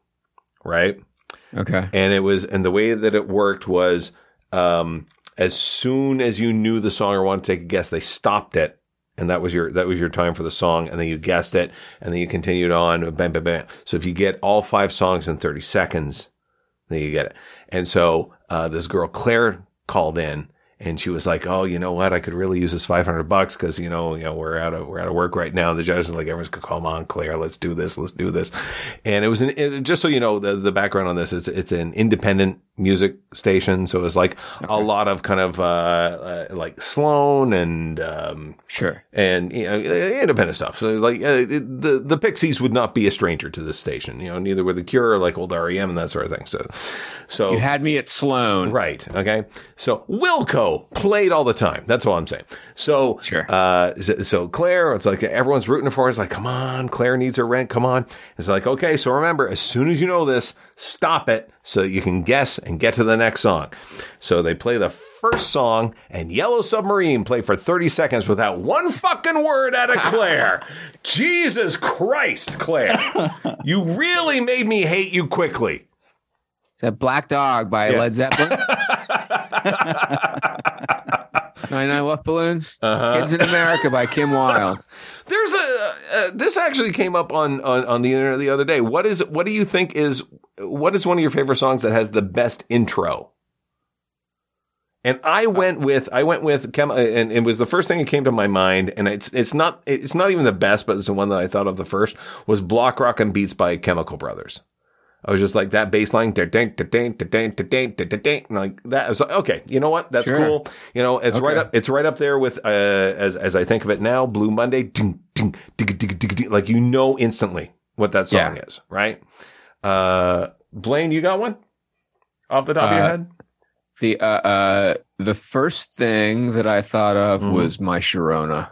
Speaker 1: right
Speaker 3: Okay.
Speaker 1: and it was and the way that it worked was um as soon as you knew the song or wanted to take a guess they stopped it and that was your that was your time for the song and then you guessed it and then you continued on bam bam bam so if you get all five songs in 30 seconds then you get it and so uh, this girl claire called in and she was like, "Oh, you know what? I could really use this 500 bucks because you know, you know, we're out of we're out of work right now." The judge is like, "Everyone's like, come on, Claire, let's do this, let's do this." And it was an it, just so you know the the background on this is it's an independent music station, so it was like a
Speaker 3: Okay.
Speaker 1: lot of kind of uh, uh, like Sloan and um,
Speaker 3: Sure.
Speaker 1: and you know uh, independent stuff. So like uh, it- the the Pixies would not be a stranger to this station. You know, neither were the Cure, or like old REM and that sort of thing. So, so
Speaker 3: You had me at Sloan.
Speaker 1: Right. Okay. So Wilco played all the time. That's all I'm saying. So,
Speaker 3: Sure.
Speaker 1: uh, so, so Claire, it's like everyone's rooting for her. It's like, come on, Claire needs her rent. Come on. It's like, okay. So remember, as soon as you know this, stop it so that you can guess and get to the next song. So they play the first song and Yellow Submarine play for 30 seconds without one fucking word out of Claire. Jesus Christ, Claire. You really made me hate you quickly.
Speaker 3: Is that Black Dog by
Speaker 1: Yeah.
Speaker 3: Led Zeppelin? 99 Love Balloons?
Speaker 1: Uh-huh.
Speaker 3: Kids in America by Kim Wilde.
Speaker 1: There's a uh, this actually came up on, on on the internet the other day. What is what do you think is what is one of your favorite songs that has the best intro? And I went with I went with Chem, and it was the first thing that came to my mind. And it's it's not it's not even the best, but it's the one that I thought of the first was Block Rock and Beats by Chemical Brothers. I was just like that bass line, da-ding, da-ding, da-ding, da-ding, da-ding, and like that. I was like, okay, you know what? That's
Speaker 3: Sure.
Speaker 1: cool. You know, it's right
Speaker 3: Okay.
Speaker 1: up. It's right up there with uh, as as I think of it now, Blue Monday. Ding, ding, digga, digga, digga, ding. Like you know instantly what that song is, right? Uh, Blaine, you got one off the top of your
Speaker 3: Uh,
Speaker 1: head?
Speaker 3: The uh, uh, the first thing that I thought of
Speaker 1: Mhm.
Speaker 3: was my Sharona.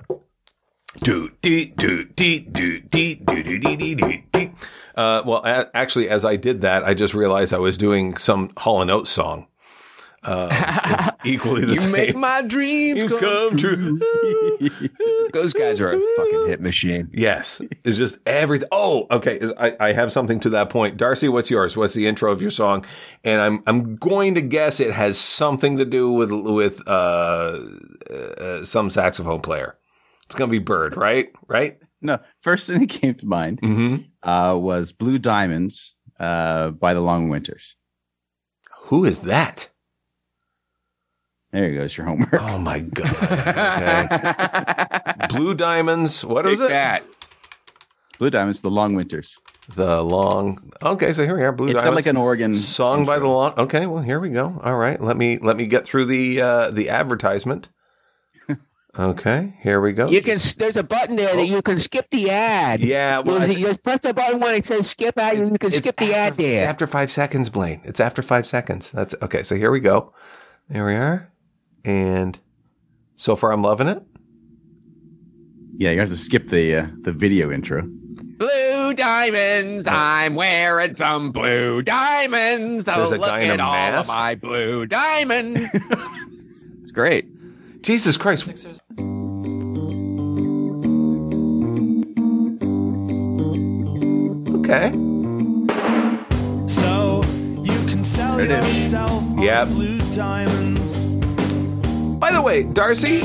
Speaker 1: Do do do do do do do do do do do. do. Uh, well, a- actually, as I did that, I just realized I was doing some Hall and Oates song. Uh, it's equally the
Speaker 3: You
Speaker 1: same.
Speaker 3: make my dreams
Speaker 1: Dreams
Speaker 3: come,
Speaker 1: come
Speaker 3: true.
Speaker 1: true.
Speaker 3: Those guys are a fucking hit machine.
Speaker 1: Yes, it's just everything. Oh, okay. is- I, I have something to that point. Darcy, what's yours? What's the intro of your song? And I'm I'm going to guess it has something to do with with uh, uh some saxophone player. It's gonna be Bird, right? Right?
Speaker 2: No, first thing that came to mind
Speaker 1: Mm-hmm.
Speaker 2: uh, was Blue Diamonds uh, by the Long Winters.
Speaker 1: Who is that?
Speaker 2: There you goes your homework.
Speaker 1: Oh my god! Okay. Blue diamonds. What is
Speaker 3: Take
Speaker 1: it?
Speaker 3: that.
Speaker 2: Blue Diamonds, the Long Winters.
Speaker 1: The long. Okay, so here we are. Blue
Speaker 2: it's got
Speaker 1: diamonds.
Speaker 2: like an organ
Speaker 1: song by the
Speaker 2: intro.
Speaker 1: long. Okay, well here we go. All right, let me let me get through the uh, the advertisement. Okay, here we go.
Speaker 4: You can. There's a button there that you can skip the ad.
Speaker 1: Oh. yeah, well,
Speaker 4: you,
Speaker 1: it's-
Speaker 4: you press the button when it says skip ad, and you can
Speaker 1: it's
Speaker 4: skip the ad
Speaker 1: after- It's
Speaker 4: there.
Speaker 1: after five seconds, Blaine. It's after five seconds. That's okay. So here we go. There we are, and so far I'm loving it.
Speaker 2: Yeah, you have to skip the uh, the video intro.
Speaker 3: Blue diamonds, I'm wearing some blue diamonds. Oh,
Speaker 1: There's a
Speaker 3: look
Speaker 1: guy in a
Speaker 3: at all
Speaker 1: mask?
Speaker 3: of my blue diamonds. it's great.
Speaker 1: Jesus Christ! Okay.
Speaker 5: So you can sell
Speaker 2: There it is.
Speaker 5: yourself on
Speaker 1: Yep.
Speaker 5: blue diamonds.
Speaker 1: By the way, Darcy,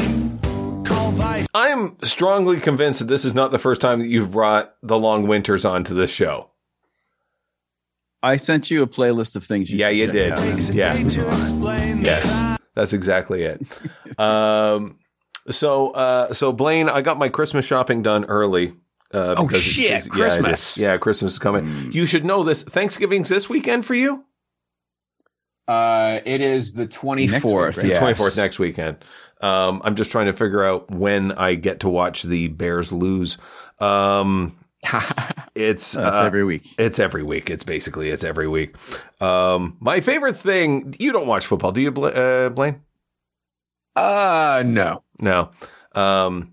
Speaker 5: Call Vice.
Speaker 1: I am strongly convinced that this is not the first time that you've brought the Long Winters onto this show.
Speaker 2: I sent you a playlist of things. You
Speaker 1: Yeah,
Speaker 2: should
Speaker 1: you
Speaker 2: check
Speaker 1: did.
Speaker 2: out.
Speaker 5: Takes a
Speaker 1: Yeah.
Speaker 5: day to explain. the
Speaker 1: Yes, that's exactly it. Um, so, uh, so Blaine, I got my Christmas shopping done early. Uh,
Speaker 3: Oh,
Speaker 1: because it's-
Speaker 3: shit,
Speaker 1: it's- yeah, it
Speaker 3: Christmas. Mm.
Speaker 1: is. Yeah, Christmas is coming. You should know this. Thanksgiving's this weekend for you.
Speaker 3: Uh, it is the 24th.
Speaker 2: right?
Speaker 3: yes.
Speaker 1: Twenty fourth next weekend. Um, I'm just trying to figure out when I get to watch the Bears lose. Um, it's
Speaker 2: That's
Speaker 1: uh,
Speaker 2: every week.
Speaker 1: It's every week. It's basically it's every week. Um, my favorite thing. You don't watch football, do you, Bla- uh, Blaine?
Speaker 3: uh, no.
Speaker 1: No. Um,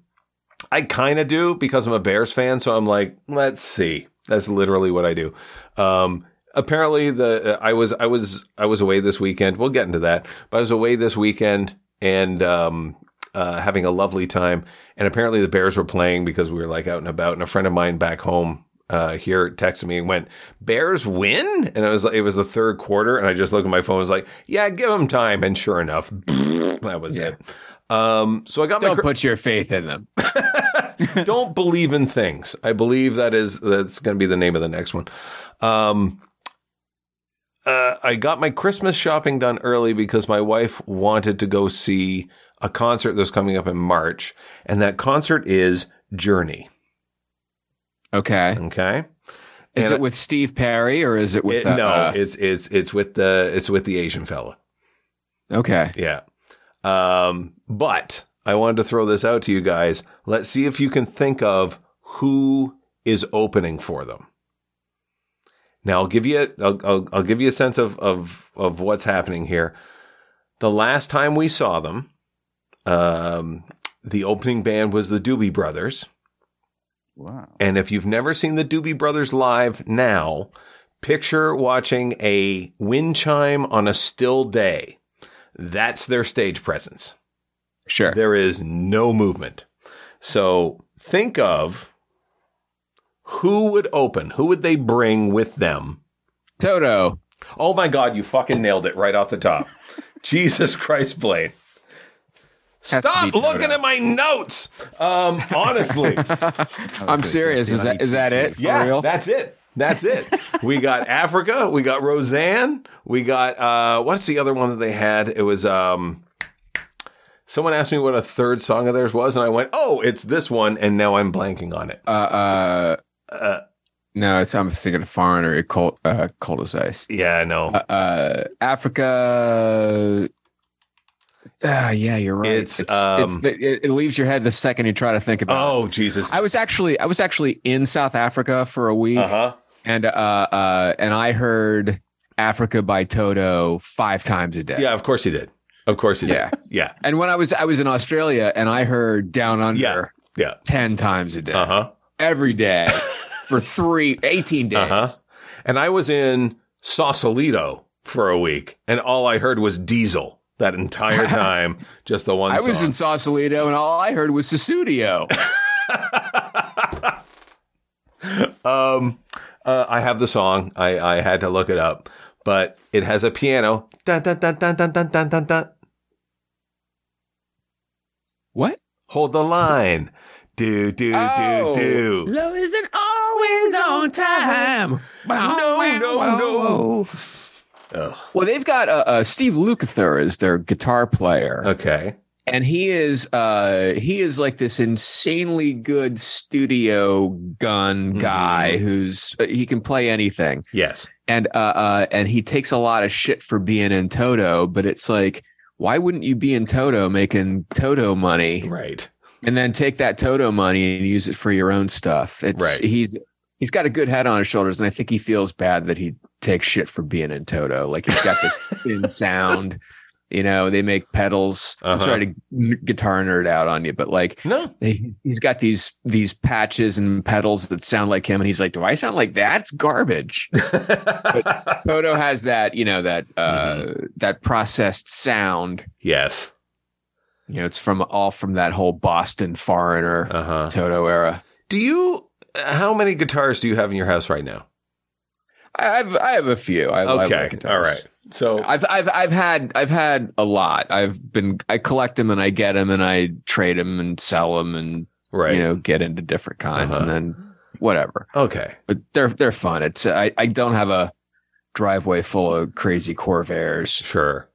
Speaker 1: I kind of do because I'm a Bears fan, so I'm like, let's see. That's literally what I do. Um, apparently, the uh, I was I was I was away this weekend. We'll get into that, but I was away this weekend and um, uh, having a lovely time. And apparently, the Bears were playing because we were like out and about. And a friend of mine back home uh, here texted me and went, "Bears win," and I was like, it was the third quarter, and I just looked at my phone. and was like, "Yeah, give them time." And sure enough, that was it. Um, so I got my
Speaker 3: Don't
Speaker 1: cr-
Speaker 3: put your faith in them.
Speaker 1: don't believe in things. I believe that is that's going to be the name of the next one. Um, uh, I got my Christmas shopping done early because my wife wanted to go see a concert that's coming up in March, and that concert is Journey.
Speaker 3: Okay.
Speaker 1: Okay.
Speaker 3: Is
Speaker 1: And
Speaker 3: it with Steve Perry or is it with
Speaker 1: It-
Speaker 3: uh,
Speaker 1: no,
Speaker 3: uh,
Speaker 1: it's it's it's with the it's with the Asian fella.
Speaker 3: uh, okay.
Speaker 1: Yeah. Um, but I wanted to throw this out to you guys. Let's see if you can think of who is opening for them. Now I'll give you I'll, I'll, I'll give you a sense of, of of what's happening here. The last time we saw them, um, the opening band was the Doobie Brothers.
Speaker 2: Wow.
Speaker 1: And if you've never seen the Doobie Brothers live now, picture watching a wind chime on a still day. That's their stage presence.
Speaker 3: Sure.
Speaker 1: There is no movement. So think of who would open, who would they bring with them?
Speaker 3: Toto.
Speaker 1: Oh my God, you fucking nailed it right off the top. Jesus Christ, Blaine.
Speaker 2: to
Speaker 1: Stop
Speaker 2: be
Speaker 1: looking
Speaker 2: Toto.
Speaker 1: at my notes. Um, honestly.
Speaker 3: I'm serious. Is that is that it? For
Speaker 1: yeah,
Speaker 3: real?
Speaker 1: that's it. That's it. we got Africa. We got Roseanne. We got uh, what's the other one that they had? It was um, someone asked me what a third song of theirs was, and I went, "Oh, it's this one," and now I'm blanking on it.
Speaker 3: uh, uh,
Speaker 1: Uh,
Speaker 3: no, it's, I'm thinking of foreigner. It cold, uh, cold as ice.
Speaker 1: yeah, no,
Speaker 3: Uh, uh, Africa. Ah, yeah, you're right.
Speaker 1: It's, um,
Speaker 3: the, it, it leaves your head the second you try to think about. it.
Speaker 1: oh Jesus,
Speaker 3: I was actually I was actually in South Africa for a week,
Speaker 1: uh huh.
Speaker 3: and uh, uh, and I heard Africa by Toto five times a day.
Speaker 1: Yeah, of course you did. Of course you did.
Speaker 3: Yeah.
Speaker 1: Yeah,
Speaker 3: And when I was I was in Australia and I heard Down Under
Speaker 1: Yeah. yeah.
Speaker 3: ten times a day,
Speaker 1: Uh huh.
Speaker 3: every day for three 18 days.
Speaker 1: Uh huh. And I was in Sausalito for a week, and all I heard was Diesel that entire time. just the one.
Speaker 3: I was
Speaker 1: song.
Speaker 3: in Sausalito and all I heard was Susudio.
Speaker 1: um, uh, I have the song. I, I had to look it up, but it has a piano. Dun, dun, dun, dun, dun, dun, dun, dun, dun.
Speaker 3: what?
Speaker 1: Hold the line. Do, do,
Speaker 3: Oh.
Speaker 1: do, do.
Speaker 3: Love isn't always on time.
Speaker 1: No, no, no.
Speaker 3: Well, they've got uh, uh, Steve Lukather is their guitar player,
Speaker 1: Okay.
Speaker 3: and he is uh, he is like this insanely good studio gun
Speaker 1: Mm-hmm.
Speaker 3: guy who's uh, he can play anything,
Speaker 1: Yes.
Speaker 3: and uh, uh, and he takes a lot of shit for being in Toto, but it's like. Why wouldn't you be in Toto making Toto money?
Speaker 1: Right.
Speaker 3: and then take that Toto money and use it for your own stuff. It's
Speaker 1: Right.
Speaker 3: he's he's got a good head on his shoulders, and I think he feels bad that he takes shit for being in Toto. Like he's got this thin sound. You know, they make pedals. I'm
Speaker 1: Uh-huh.
Speaker 3: sorry to n- guitar nerd out on you, but like
Speaker 1: No.
Speaker 3: he- he's got these these patches and pedals that sound like him, and he's like, "Do I sound like that? It's garbage." Toto has that, you know, that uh,
Speaker 1: Mm-hmm.
Speaker 3: that processed sound.
Speaker 1: yes.
Speaker 3: You know, it's from all from that whole Boston foreigner
Speaker 1: Uh huh.
Speaker 3: Toto era.
Speaker 1: Do you, how many guitars do you have in your house right now?
Speaker 3: I- I've I have a few. I, I
Speaker 1: Okay.
Speaker 3: like guitars.
Speaker 1: All right. So,
Speaker 3: I've I've I've had I've had a lot. I've been I collect them and I get them and I trade them and sell them and
Speaker 1: right.
Speaker 3: you know get into different kinds
Speaker 1: Uh-huh.
Speaker 3: and then whatever.
Speaker 1: okay.
Speaker 3: But they're they're fun. It's I I don't have a driveway full of crazy Corvairs.
Speaker 1: Sure.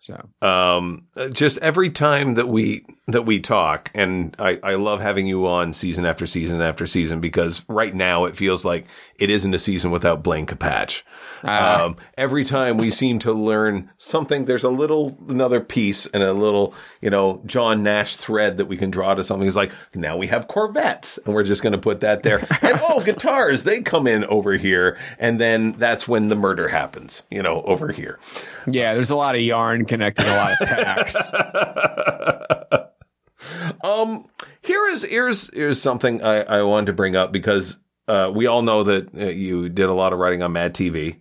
Speaker 3: So
Speaker 1: um, uh, just every time that we that we talk, and I, I love having you on season after season after season because right now it feels like it isn't a season without Blaine Capatch.
Speaker 3: uh,
Speaker 1: Um, every time we seem to learn something, there's a little another piece and a little you know John Nash thread that we can draw to something. It's like now we have Corvettes, and we're just going to put that there. and oh, guitars they come in over here, and then that's when the murder happens. You know, over here.
Speaker 3: yeah, there's a lot of yarn connected, a lot of tacks.
Speaker 1: um, here is here's here's something I, I wanted to bring up because uh, we all know that uh, you did a lot of writing on Mad TV,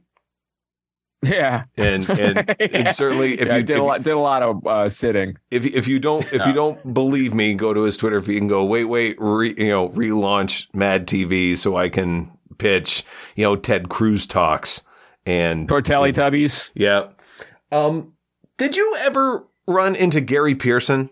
Speaker 3: yeah,
Speaker 1: and and, and certainly if
Speaker 3: Yeah, I
Speaker 1: you
Speaker 3: did a lot did a lot of uh, sitting.
Speaker 1: if, if you don't if you don't believe me, go to his Twitter feed and go wait wait re, you know relaunch Mad TV so I can pitch you know Ted Cruz talks and
Speaker 3: Tortelli tubbies.
Speaker 1: yeah. Um, did you ever run into Gary Pearson?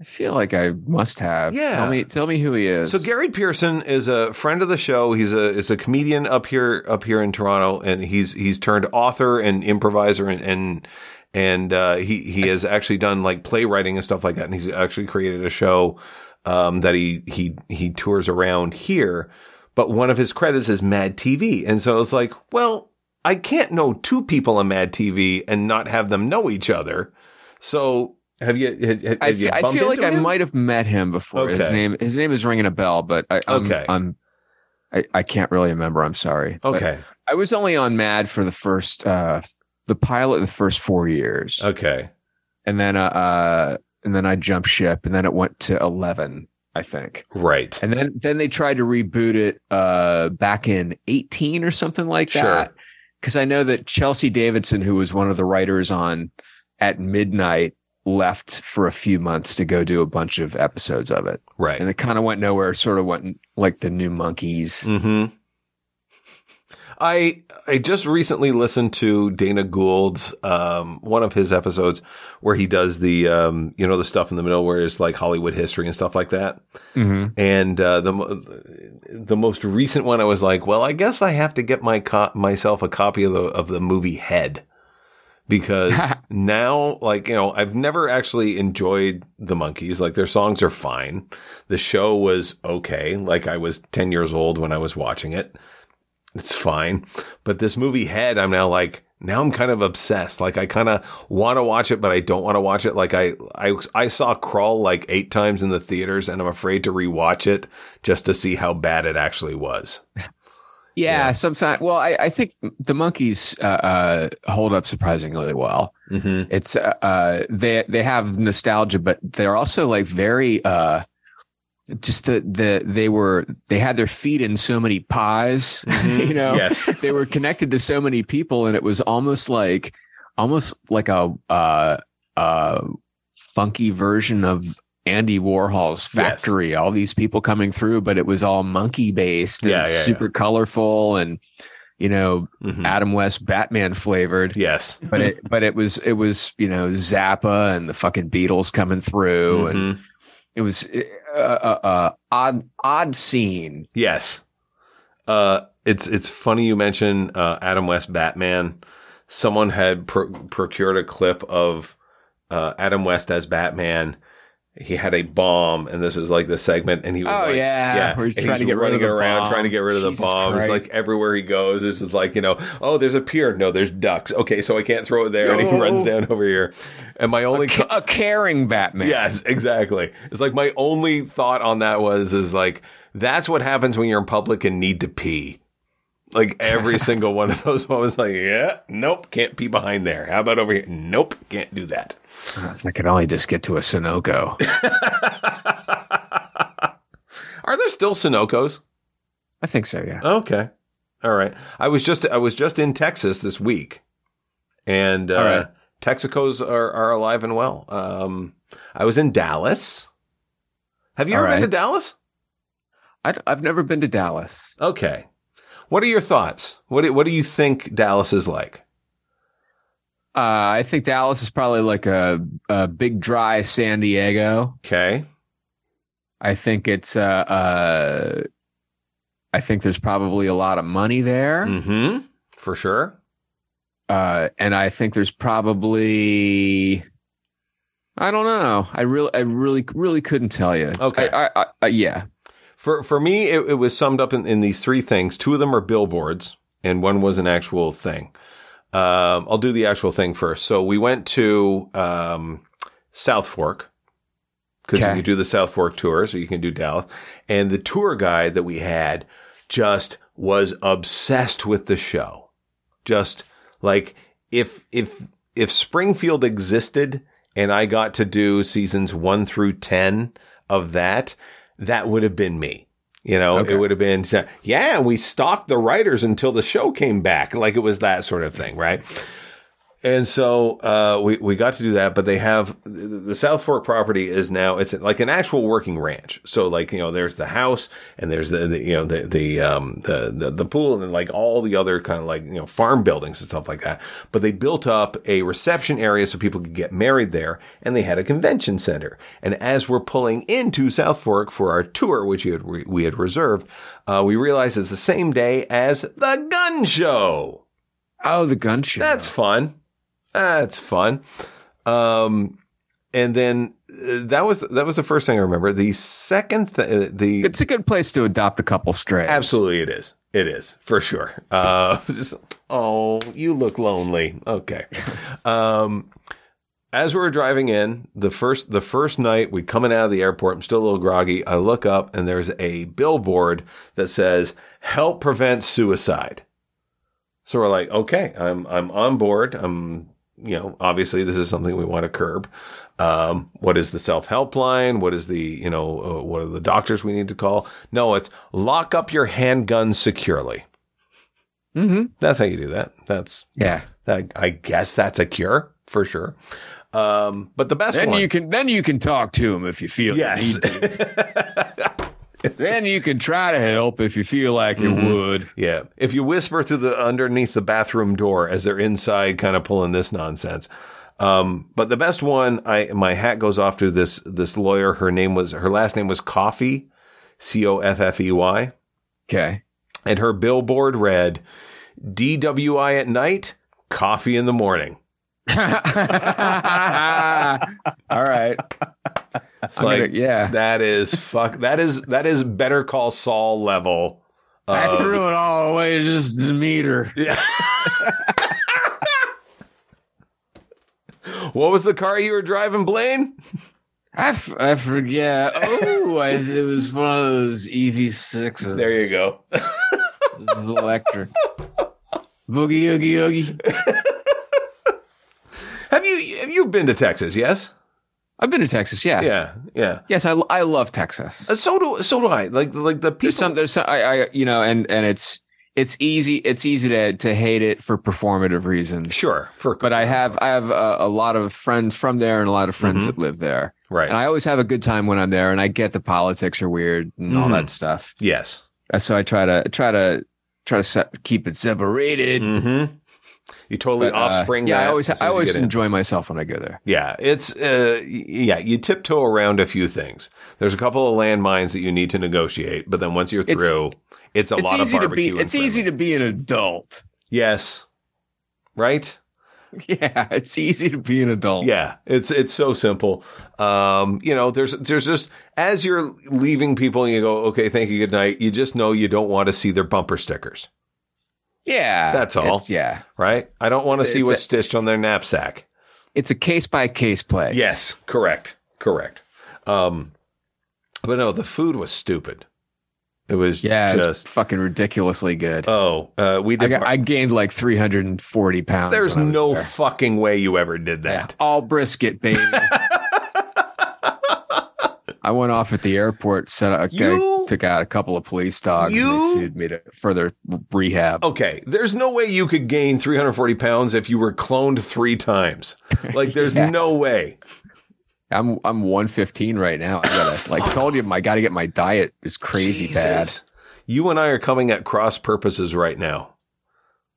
Speaker 3: I feel like I must have.
Speaker 1: Yeah.
Speaker 3: Tell me tell me who he is.
Speaker 1: So Gary Pearson is a friend of the show. He's a is a comedian up here up here in Toronto, and he's he's turned author and improviser and and and uh, he he has actually done like playwriting and stuff like that. And he's actually created a show um, that he he he tours around here. but one of his credits is Mad TV. And so I was like, well, I can't know two people on Mad TV and not have them know each other. So have you? Have, have
Speaker 3: I,
Speaker 1: you
Speaker 3: fe- I
Speaker 1: bumped
Speaker 3: feel like
Speaker 1: into
Speaker 3: I
Speaker 1: him?
Speaker 3: might have met him before. His
Speaker 1: Okay.
Speaker 3: name his name is ringing a bell, but I, I'm,
Speaker 1: Okay.
Speaker 3: I'm I, I can't really remember. I'm sorry. But
Speaker 1: Okay.
Speaker 3: I was only on Mad for the first uh the pilot the first four
Speaker 1: Oh.
Speaker 3: years,
Speaker 1: Okay.
Speaker 3: and then uh, uh and then I jumped ship, and then it went to eleven, I think,
Speaker 1: Right.
Speaker 3: and then then they tried to reboot it uh back in eighteen or something like
Speaker 1: Sure.
Speaker 3: that. Because I know that Chelsea Davidson, who was one of the writers on At Midnight, left for a few months to go do a bunch of episodes of it
Speaker 1: Right.
Speaker 3: and it kind of went nowhere. Sort of went like the new monkeys.
Speaker 1: hmm I I just recently listened to Dana Gould's um, one of his episodes where he does the um, you know the stuff in the middle where it's like Hollywood history and stuff like that.
Speaker 3: Mm-hmm.
Speaker 1: And uh, the mo- the most recent one, I was like, well, I guess I have to get my co- myself a copy of the of the movie Head because now, like you know, I've never actually enjoyed the monkeys. Like their songs are fine. The show was okay. Like I was ten years old when I was watching it. It's fine. But this movie Head, I'm now like. Now I'm kind of obsessed. Like I kind of want to watch it, but I don't want to watch it. Like I, I, I saw Crawl like eight times in the theaters, and I'm afraid to rewatch it just to see how bad it actually was.
Speaker 3: Yeah,
Speaker 1: Yeah.
Speaker 3: sometimes. Well, I, I think the monkeys uh, uh, hold up surprisingly well.
Speaker 1: Mm-hmm.
Speaker 3: It's uh, uh, they they have nostalgia, but they're also like very uh, just the the they were they had their feet in so many pies. you know,
Speaker 1: Yes.
Speaker 3: they were connected to so many people, and it was almost like almost like a uh, uh, funky version of Andy Warhol's
Speaker 1: Yes.
Speaker 3: factory. All these people coming through, but it was all monkey based and
Speaker 1: Yeah, yeah, yeah.
Speaker 3: super colorful and you know
Speaker 1: Mhm.
Speaker 3: Adam West Batman flavored.
Speaker 1: Yes.
Speaker 3: But it but it was it was you know Zappa and the fucking Beatles coming through, and
Speaker 1: Mhm.
Speaker 3: it was uh, uh, uh, odd odd scene.
Speaker 1: Yes. Uh, it's it's funny you mention uh, Adam West Batman. Someone had pro- procured a clip of uh, Adam West as Batman. He had a bomb, and this was like the segment, and he was
Speaker 3: Oh,
Speaker 1: like,
Speaker 3: yeah. Where he's
Speaker 1: and
Speaker 3: trying to get rid
Speaker 1: running
Speaker 3: of the
Speaker 1: around,
Speaker 3: bomb.
Speaker 1: trying to get rid of the
Speaker 3: Jesus
Speaker 1: bomb. It's like
Speaker 3: Christ.
Speaker 1: everywhere he goes, this is like you know, oh, there's a pier, no, there's ducks. Okay, so I can't throw it there, and he
Speaker 3: No.
Speaker 1: runs down over here. And my only co-
Speaker 3: a caring Batman.
Speaker 1: Yes, exactly. It's like my only thought on that was is like that's what happens when you're in public and need to pee. Like every single one of those moments, like yeah, nope, can't pee behind there. How about over here? Nope, can't do that.
Speaker 3: If I could only just get to a Sunoco.
Speaker 1: Are there still Sunoco's?
Speaker 3: I think so, yeah.
Speaker 1: Okay, all right. I was just I was just in Texas this week, and
Speaker 3: All
Speaker 1: uh,
Speaker 3: right.
Speaker 1: Texacos are are alive and well. Um, I was in Dallas. Have you
Speaker 3: All
Speaker 1: ever been to
Speaker 3: right.
Speaker 1: Dallas?
Speaker 3: I, have never been to Dallas.
Speaker 1: Okay. What are your thoughts? What do, what do you think Dallas is like?
Speaker 3: Uh, I think Dallas is probably like a, a big dry San Diego.
Speaker 1: Okay.
Speaker 3: I think it's uh, uh, I think there's probably a lot of money there,
Speaker 1: Mm-hmm. For sure.
Speaker 3: uh, and I think there's probably I don't know. I really, I really, really couldn't tell you.
Speaker 1: Okay.
Speaker 3: I, I, I, uh, yeah.
Speaker 1: For for me, it, it was summed up in, in these three things. Two of them are billboards, and one was an actual thing. Um, I'll do the actual thing first. So we went to um, South Fork because you
Speaker 3: Okay.
Speaker 1: can do the South Fork tour, so you can do Dallas. And the tour guide that we had just was obsessed with the show. Just like if if if Springfield existed and I got to do seasons one through ten of that, that would have been me. You know,
Speaker 3: Okay.
Speaker 1: it would have been, yeah, we stalked the writers until the show came back. Like it was that sort of thing, right? And so uh, we we got to do that, but they have the the South Fork property is now it's like an actual working ranch. So like you know, there's the house and there's the, the you know the the um the, the the pool and then like all the other kind of like you know farm buildings and stuff like that. But they built up a reception area so people could get married there, and they had a convention center. And as we're pulling into South Fork for our tour, which we had, we had reserved, uh, we realized it's the same day as the gun show.
Speaker 3: Oh, the gun show.
Speaker 1: That's fun. That's fun. Um, and then uh, that was that was the first thing I remember. The second, th- the
Speaker 3: It's a good place to adopt a couple strays.
Speaker 1: Absolutely, it is. It is for sure. Uh, just, oh, you look lonely. Okay. Um, as we were driving in, the first the first night we coming out of the airport, I'm still a little groggy. I look up and there's a billboard that says "Help Prevent Suicide." So we're like, okay, I'm I'm on board. I'm you know obviously this is something we want to curb. Um, what is the self help line? What is the you know uh, what are the doctors we need to call? No, it's lock up your handgun securely.
Speaker 3: hmm
Speaker 1: That's how you do that. That's
Speaker 3: Yeah.
Speaker 1: that. I guess that's a cure for sure. Um, but the best
Speaker 3: Then
Speaker 1: one,
Speaker 3: you can then you can talk to him if you feel the
Speaker 1: yes,
Speaker 3: need to. Then you can try to help if you feel like you
Speaker 1: Mm-hmm.
Speaker 3: would.
Speaker 1: yeah. If you whisper through the underneath the bathroom door as they're inside, kind of pulling this nonsense. Um, but the best one, I my hat goes off to this this lawyer. Her name was her last name was Coffee, C O F F E Y.
Speaker 3: Okay.
Speaker 1: and her billboard read DWI at night, coffee in the morning.
Speaker 3: All right.
Speaker 1: It's
Speaker 3: I'm
Speaker 1: like
Speaker 3: gonna- yeah.
Speaker 1: that is fuck that is that is better call Saul level. Uh,
Speaker 3: I
Speaker 1: of-
Speaker 3: threw it all away just the meter.
Speaker 1: Yeah. what was the car you were driving, Blaine?
Speaker 3: I, f- I forget. Oh, I, it was one of those EV6s.
Speaker 1: There you go.
Speaker 3: It was electric. Boogie, oogie, oogie.
Speaker 1: Have you have you been to Texas? Yes.
Speaker 3: I've been to Texas, yes.
Speaker 1: Yeah. Yeah.
Speaker 3: Yes, I, I love Texas.
Speaker 1: Uh, So do so do I. Like like the people.
Speaker 3: There's some, there's some, I, I, you know, and, and it's, it's easy, it's easy to, to hate it for performative reasons.
Speaker 1: sure. For
Speaker 3: But I have, I have a, a lot of friends from there and a lot of friends
Speaker 1: Mhm.
Speaker 3: that live there.
Speaker 1: right.
Speaker 3: And I always have a good time when I'm there and I get the politics are weird and all
Speaker 1: Mhm.
Speaker 3: that stuff.
Speaker 1: yes.
Speaker 3: Uh, So I try to, try to, try to set, keep it separated.
Speaker 1: Mm-hmm. You totally
Speaker 3: But, uh,
Speaker 1: offspring.
Speaker 3: yeah,
Speaker 1: that
Speaker 3: I always,
Speaker 1: as soon
Speaker 3: I
Speaker 1: as you
Speaker 3: always
Speaker 1: get in.
Speaker 3: enjoy myself when I go there.
Speaker 1: Yeah, it's uh, y- yeah. You tiptoe around a few things. There's a couple of landmines that you need to negotiate, but then once you're
Speaker 3: It's-
Speaker 1: through, it's, a lot of
Speaker 3: easy to
Speaker 1: barbecue.
Speaker 3: be,
Speaker 1: and
Speaker 3: it's
Speaker 1: friendly.
Speaker 3: easy to be an adult.
Speaker 1: Yes. Right.
Speaker 3: Yeah, it's easy to be an adult.
Speaker 1: Yeah. It's it's so simple. Um, you know, there's there's just as you're leaving people, and you go, okay, thank you, good night. You just know you don't want to see their bumper stickers,
Speaker 3: Yeah.
Speaker 1: That's all.
Speaker 3: It's, yeah.
Speaker 1: right? I don't want to
Speaker 3: It's a-
Speaker 1: see
Speaker 3: it's
Speaker 1: what's
Speaker 3: a-
Speaker 1: stitched on their knapsack.
Speaker 3: It's a case by case play.
Speaker 1: Yes, correct, correct. Um, but no, the food was stupid. It was
Speaker 3: Yeah.
Speaker 1: just
Speaker 3: it's fucking ridiculously good.
Speaker 1: Oh, uh, we
Speaker 3: I,
Speaker 1: did.
Speaker 3: got, I gained like 340 pounds.
Speaker 1: There's
Speaker 3: when I was
Speaker 1: no
Speaker 3: there.
Speaker 1: fucking way you ever did
Speaker 3: Yeah,
Speaker 1: that.
Speaker 3: all brisket, baby. I went off at the airport, set up,
Speaker 1: You-
Speaker 3: took out a couple of police dogs, and
Speaker 1: You-
Speaker 3: they sued me to further rehab.
Speaker 1: Okay, there's no way you could gain 340 pounds if you were cloned three times. Like, there's
Speaker 3: Yeah.
Speaker 1: no way.
Speaker 3: I'm I'm 115 right now. I gotta, like told you, I got to get my diet is crazy bad.
Speaker 1: Jesus. You and I are coming at cross purposes right now.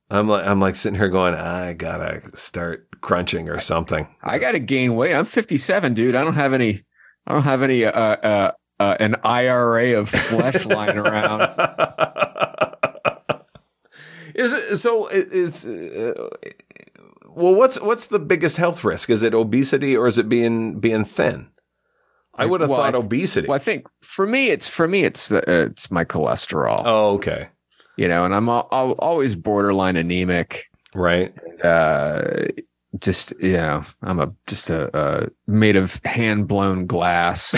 Speaker 1: I'm like, I'm like sitting here going, I gotta start crunching or something.
Speaker 3: I got to gain weight. I'm 57, dude. I don't have any. I don't have any. Uh, uh, uh, an IRA of flesh lying around.
Speaker 1: Is it so? i- Is uh, well, what's what's the biggest health risk? Is it obesity or is it being being thin? I would have
Speaker 3: Well, I
Speaker 1: thought
Speaker 3: th-
Speaker 1: obesity.
Speaker 3: Well, I think for me, it's for me, it's the uh, it's my cholesterol.
Speaker 1: oh, okay,
Speaker 3: You know, and I'm al- al- always borderline anemic.
Speaker 1: right.
Speaker 3: Uh, just you know, I'm a just a, uh made of hand blown glass.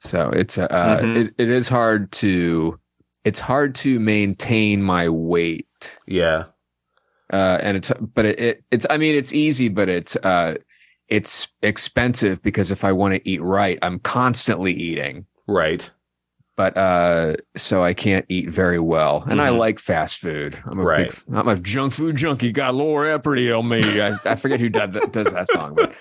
Speaker 3: So it's uh, uh
Speaker 1: Mhm.
Speaker 3: it, it is hard to it's hard to maintain my weight.
Speaker 1: yeah,
Speaker 3: uh, and it's but it, it it's I mean it's easy, but it's uh, it's expensive because if I want to eat right, I'm constantly eating.
Speaker 1: right.
Speaker 3: But uh, so I can't eat very well, and I
Speaker 1: Mhm.
Speaker 3: like fast food. I'm a
Speaker 1: Right.
Speaker 3: big, I'm a junk food junkie. Got Laura Epperty on me. I, I forget who did that, does that song, but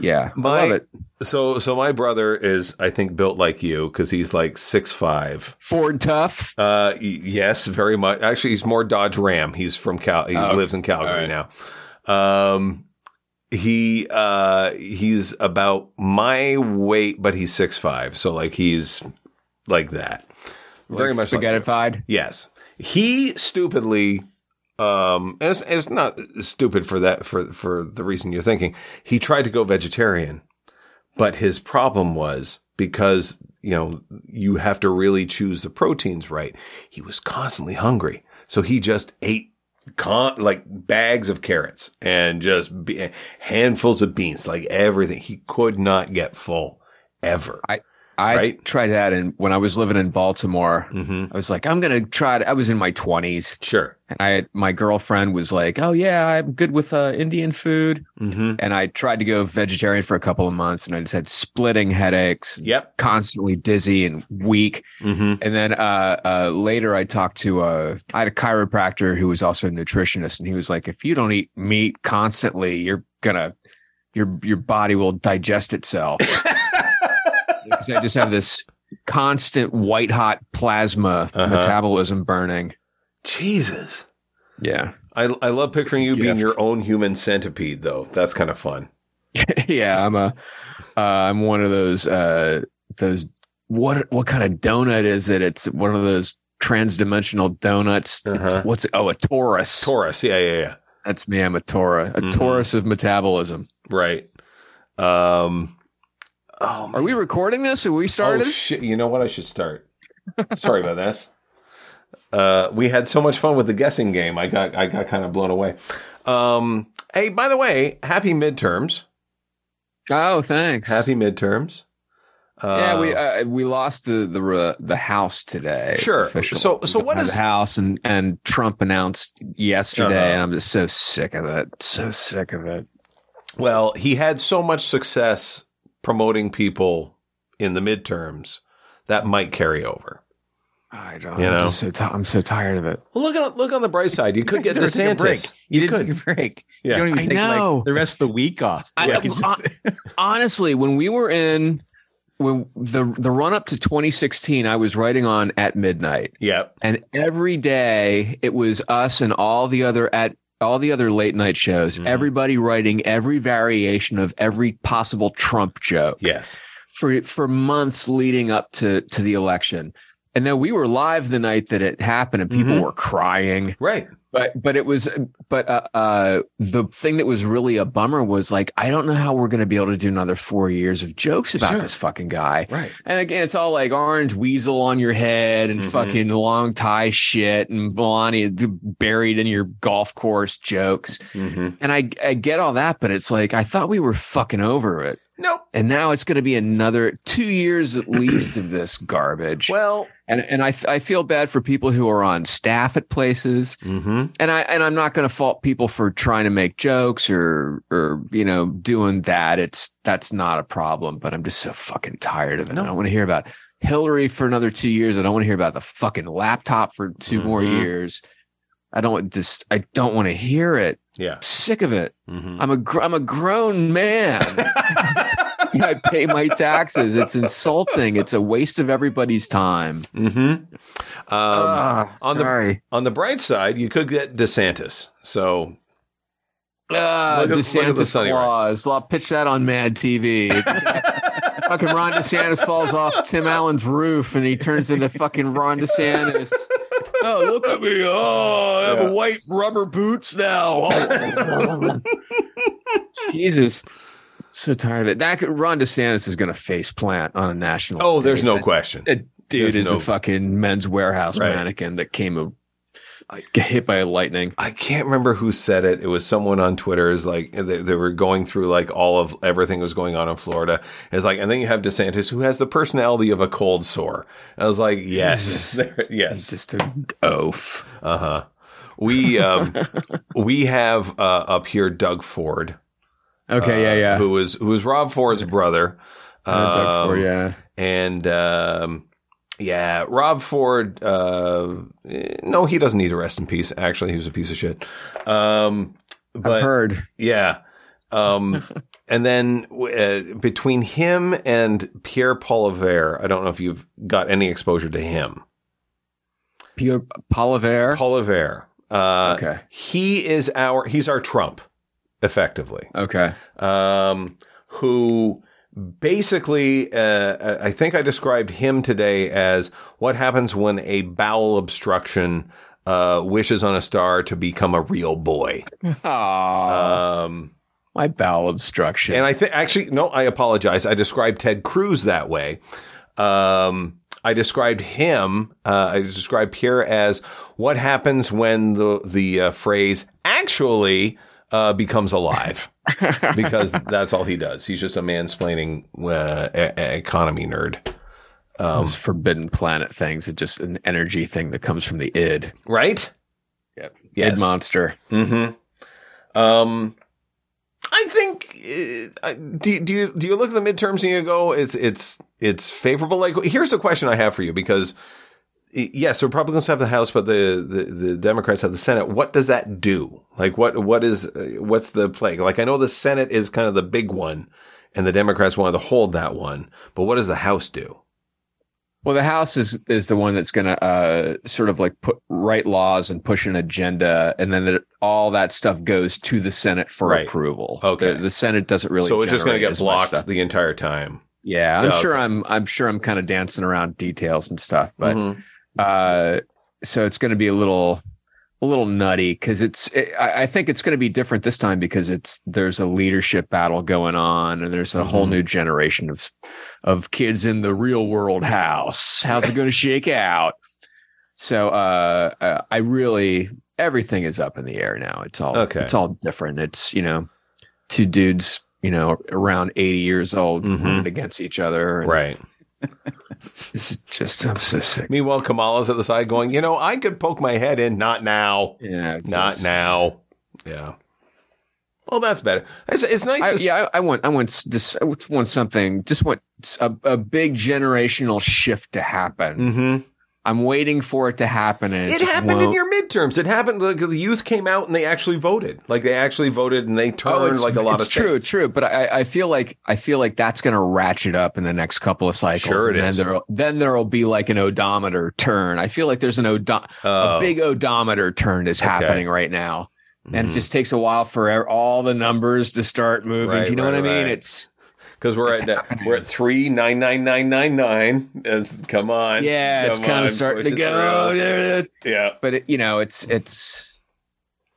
Speaker 3: yeah,
Speaker 1: My-
Speaker 3: I love it.
Speaker 1: So, so my brother is, I think, built like you because he's like six five.
Speaker 3: Ford Tough.
Speaker 1: Uh, y- yes, very much. Actually, he's more Dodge Ram. He's from Cal. He
Speaker 3: Oh,
Speaker 1: lives in Calgary
Speaker 3: all
Speaker 1: now. Um, he uh, he's about my weight, but he's six five. So like he's like that. Very
Speaker 3: like
Speaker 1: much like you.
Speaker 3: spaghettified.
Speaker 1: Yes, he stupidly Um, and it's, it's not stupid for that for for the reason you're thinking. He tried to go vegetarian, but his problem was because you know you have to really choose the proteins right. He was constantly hungry, so he just ate con- like bags of carrots and just be- handfuls of beans, like everything. He could not get full ever.
Speaker 3: I
Speaker 1: Right.
Speaker 3: tried that, and when I was living in Baltimore,
Speaker 1: Mm-hmm.
Speaker 3: I was like, I'm gonna try. To, I was in my 20s,
Speaker 1: Sure.
Speaker 3: and I had- my girlfriend was like, Oh yeah, I'm good with uh, Indian food,
Speaker 1: Mm-hmm.
Speaker 3: and I tried to go vegetarian for a couple of months, and I just had splitting headaches,
Speaker 1: Yep.
Speaker 3: constantly dizzy and weak.
Speaker 1: Mm-hmm.
Speaker 3: And then uh, uh, later, I talked to a, I had a chiropractor who was also a nutritionist, and he was like, "If you don't eat meat constantly, you're gonna your your body will digest itself." because I just have this constant white hot plasma
Speaker 1: Uh-huh.
Speaker 3: metabolism burning.
Speaker 1: Jesus.
Speaker 3: Yeah,
Speaker 1: I, I love picturing you being
Speaker 3: gift.
Speaker 1: your own human centipede, though. That's kind of fun.
Speaker 3: yeah. I'm a uh, I'm one of those uh, those what what kind of donut is it? It's one of those trans dimensional donuts.
Speaker 1: Uh-huh.
Speaker 3: What's it? oh a Taurus.
Speaker 1: Taurus. Yeah, yeah, yeah.
Speaker 3: That's me. I'm a Taurus, a
Speaker 1: Mhm.
Speaker 3: Taurus of metabolism.
Speaker 1: Right. Um. Oh,
Speaker 3: Are we
Speaker 1: man.
Speaker 3: recording this? Are we started?
Speaker 1: Oh shit! You know what? I should start. Sorry about this. Uh, we had so much fun with the guessing game. I got I got kind of blown away. Um. Hey, by the way, happy midterms.
Speaker 3: Oh, thanks.
Speaker 1: Happy midterms. Uh,
Speaker 3: yeah, we uh, we lost the the uh, the house today. It's
Speaker 1: Sure.
Speaker 3: official.
Speaker 1: So- so
Speaker 3: We
Speaker 1: what
Speaker 3: don't have
Speaker 1: is-
Speaker 3: the house and and Trump announced yesterday,
Speaker 1: Uh-huh.
Speaker 3: and I'm just so sick of it. So sick of it.
Speaker 1: Well, he had so much success promoting people in the midterms that might carry over.
Speaker 3: I don't.
Speaker 1: You
Speaker 3: I'm
Speaker 1: know?
Speaker 3: just so ti- I'm so tired of it.
Speaker 1: Well, look on look on the bright side. You could get
Speaker 2: didn't take a break.
Speaker 1: DeSantis.
Speaker 2: You,
Speaker 1: You
Speaker 2: didn't
Speaker 1: could.
Speaker 2: take a break.
Speaker 1: Yeah.
Speaker 2: You don't even
Speaker 3: I
Speaker 2: take
Speaker 3: know.
Speaker 2: like the rest of the week off.
Speaker 3: I-
Speaker 2: Like, it's just-
Speaker 3: Honestly, when we were in when the the run up to 2016, I was writing on at midnight.
Speaker 1: Yep.
Speaker 3: and every day it was us and all the other at all the other late night shows
Speaker 1: Mhm.
Speaker 3: everybody writing every variation of every possible trump joke
Speaker 1: Yes.
Speaker 3: for for months leading up to to the election and then we were live the night that it happened and people
Speaker 1: Mhm.
Speaker 3: were crying
Speaker 1: Right.
Speaker 3: but but it was but uh, uh the thing that was really a bummer was like i don't know how we're going to be able to do another 4 years of jokes about
Speaker 1: Sure.
Speaker 3: this fucking guy
Speaker 1: Right.
Speaker 3: and again, it's all like orange weasel on your head and
Speaker 1: Mhm.
Speaker 3: fucking long tie shit and Melania d- buried in your golf course jokes.
Speaker 1: Mm-hmm.
Speaker 3: And I, I get all that, but it's like, I thought we were fucking over it.
Speaker 1: Nope.
Speaker 3: And now it's going to be another two years at least of this garbage.
Speaker 1: Well.
Speaker 3: And, and I, I feel bad for people who are on staff at places.
Speaker 1: Mm-hmm.
Speaker 3: And I, and I'm not going to fault people for trying to make jokes or, or, you know, doing that. It's, that's not a problem, but I'm just so fucking tired of it.
Speaker 1: No.
Speaker 3: I don't want to hear about Hillary for another two years. I don't want to hear about the fucking laptop for 2 more
Speaker 1: Mhm.
Speaker 3: years. I don't want this. I don't want to hear it.
Speaker 1: Yeah.
Speaker 3: I'm sick of it.
Speaker 2: Uh.
Speaker 1: Mm-hmm.
Speaker 3: I'm a, gr- I'm a grown man. I pay my taxes. It's insulting. It's a waste of everybody's time.
Speaker 1: mm-hmm. Um,
Speaker 3: Ah,
Speaker 1: on the-
Speaker 3: sorry.
Speaker 1: on the bright side, you could get DeSantis. So
Speaker 3: Ah,
Speaker 1: Look at- look at the
Speaker 3: DeSantis
Speaker 1: sunny right.
Speaker 3: flaws. I'll pitch that on Mad TV. fucking Ron DeSantis falls off Tim Allen's roof and he turns into fucking Ron DeSantis. Oh, look at me. Oh, I have
Speaker 1: Yeah.
Speaker 3: white rubber boots now. Oh. Jesus. So tired of it. That could- Ron DeSantis is going to face plant on a national
Speaker 1: oh, there's
Speaker 3: stage.
Speaker 1: no question.
Speaker 3: That dude
Speaker 1: there's
Speaker 3: is
Speaker 1: no-
Speaker 3: a fucking men's warehouse
Speaker 1: Right.
Speaker 3: mannequin that came a,
Speaker 1: I-
Speaker 3: get hit by lightning.
Speaker 1: I can't remember who said it. It was someone on Twitter. Is like they, they were going through like all of everything that was going on in Florida. It's like, and then you have DeSantis, who has the personality of a cold sore. I was like, yes, there- yes,
Speaker 3: Just a oaf.
Speaker 1: uh huh. We um, we have uh, up here Doug Ford.
Speaker 3: Okay,
Speaker 1: uh,
Speaker 3: yeah, yeah.
Speaker 1: Who was who was Rob Ford's brother?
Speaker 3: Uh, Doug Ford,
Speaker 1: Um,
Speaker 3: yeah.
Speaker 1: and um, yeah, Rob Ford. Uh, eh, no, he doesn't need to rest in peace. Actually, he was a piece of shit. Um,
Speaker 3: I've
Speaker 1: but
Speaker 3: heard.
Speaker 1: yeah, um, and then uh, between him and Pierre Polivier, I don't know if you've got any exposure to him.
Speaker 3: Pierre Polivier.
Speaker 1: Polivier. Uh,
Speaker 3: okay.
Speaker 1: He is our he's our Trump, effectively.
Speaker 3: Okay.
Speaker 1: um, who basically, uh, I think I described him today as what happens when a bowel obstruction uh, wishes on a star to become a real boy.
Speaker 3: Aw,
Speaker 1: Um,
Speaker 3: my bowel obstruction.
Speaker 1: and I think actually, no, I apologize. I described Ted Cruz that way. Um, I described him. Uh, I described Pierre as what happens when the the uh, phrase actually uh, becomes alive, because that's all he does. He's just a mansplaining uh, e- e- economy nerd,
Speaker 3: Those
Speaker 1: um,
Speaker 3: forbidden planet things. It's just an energy thing that comes from the id.
Speaker 1: right?
Speaker 3: Yep.
Speaker 1: Yes.
Speaker 3: Id monster.
Speaker 1: Mm-hmm. Um, I think. Uh, I- do do you do you look at the midterms and you go, it's it's it's favorable? Like, here's the question I have for you because y- yes, Republicans have the House, but the, the the Democrats have the Senate. What does that do? Like, what what is uh, what's the play? Like, I know the Senate is kind of the big one, and the Democrats wanted to hold that one, but what does the House do?
Speaker 3: Well, the House is is the one that's going to uh, sort of like put write laws and push an agenda, and then it, all that stuff goes to the Senate for
Speaker 1: Right.
Speaker 3: approval.
Speaker 1: Okay.
Speaker 3: the, the Senate doesn't really.
Speaker 1: so it's just going
Speaker 3: generate
Speaker 1: to get
Speaker 3: as much
Speaker 1: blocked
Speaker 3: stuff.
Speaker 1: the entire time.
Speaker 3: Yeah, I'm
Speaker 1: Yeah,
Speaker 3: sure. I'm I'm sure. I'm kind of dancing around details and stuff, but
Speaker 1: Mhm.
Speaker 3: uh, so it's going to be a little a little nutty because it's it, I, I think it's going to be different this time because it's there's a leadership battle going on and there's a whole
Speaker 1: Mhm.
Speaker 3: new generation of of kids in the real world house how's it going to shake out so uh, uh i really everything is up in the air now it's all
Speaker 1: Okay.
Speaker 3: it's all different it's you know two dudes you know around 80 years old
Speaker 1: Mhm.
Speaker 3: running against each other and
Speaker 1: right.
Speaker 3: it's, it's just i'm so sick
Speaker 1: Meanwhile, Kamala's at the side going, you know, I could poke my head in, not now,
Speaker 3: yeah it's
Speaker 1: not
Speaker 3: just-
Speaker 1: now. Yeah. Well, that's better. It's, it's nice.
Speaker 3: I,
Speaker 1: to s-
Speaker 3: yeah, I, I want, I want, s- just, I just want something, just want s- a, a big generational shift to happen.
Speaker 1: Mhm.
Speaker 3: I'm waiting for it to happen, and it,
Speaker 1: It
Speaker 3: just
Speaker 1: happened in
Speaker 3: won't.
Speaker 1: your midterms. It happened. Like, the youth came out and they actually voted. Like they actually voted and they turned
Speaker 3: it's-
Speaker 1: like a lot
Speaker 3: it's
Speaker 1: of
Speaker 3: true,
Speaker 1: states.
Speaker 3: true. But I, I feel like I feel like that's going to ratchet up in the next couple of cycles.
Speaker 1: Sure it
Speaker 3: and
Speaker 1: is.
Speaker 3: Then there, then there will be like an odometer turn. I feel like there's an odom-
Speaker 1: Oh. Mm-hmm.
Speaker 3: a big odometer turn is happening right now, and it just takes a while for e, all the numbers to start moving.
Speaker 1: Right,
Speaker 3: Do you know
Speaker 1: right,
Speaker 3: what I mean?
Speaker 1: right.
Speaker 3: It's
Speaker 1: because we're
Speaker 3: it's
Speaker 1: at that- we're at three nine nine nine nine nine. It's- Come on,
Speaker 3: yeah, it's
Speaker 1: Come
Speaker 3: kind
Speaker 1: on,
Speaker 3: of starting
Speaker 1: push
Speaker 3: to
Speaker 1: it
Speaker 3: go.
Speaker 1: through.
Speaker 3: There it is.
Speaker 1: Yeah.
Speaker 3: but it, you know it's it's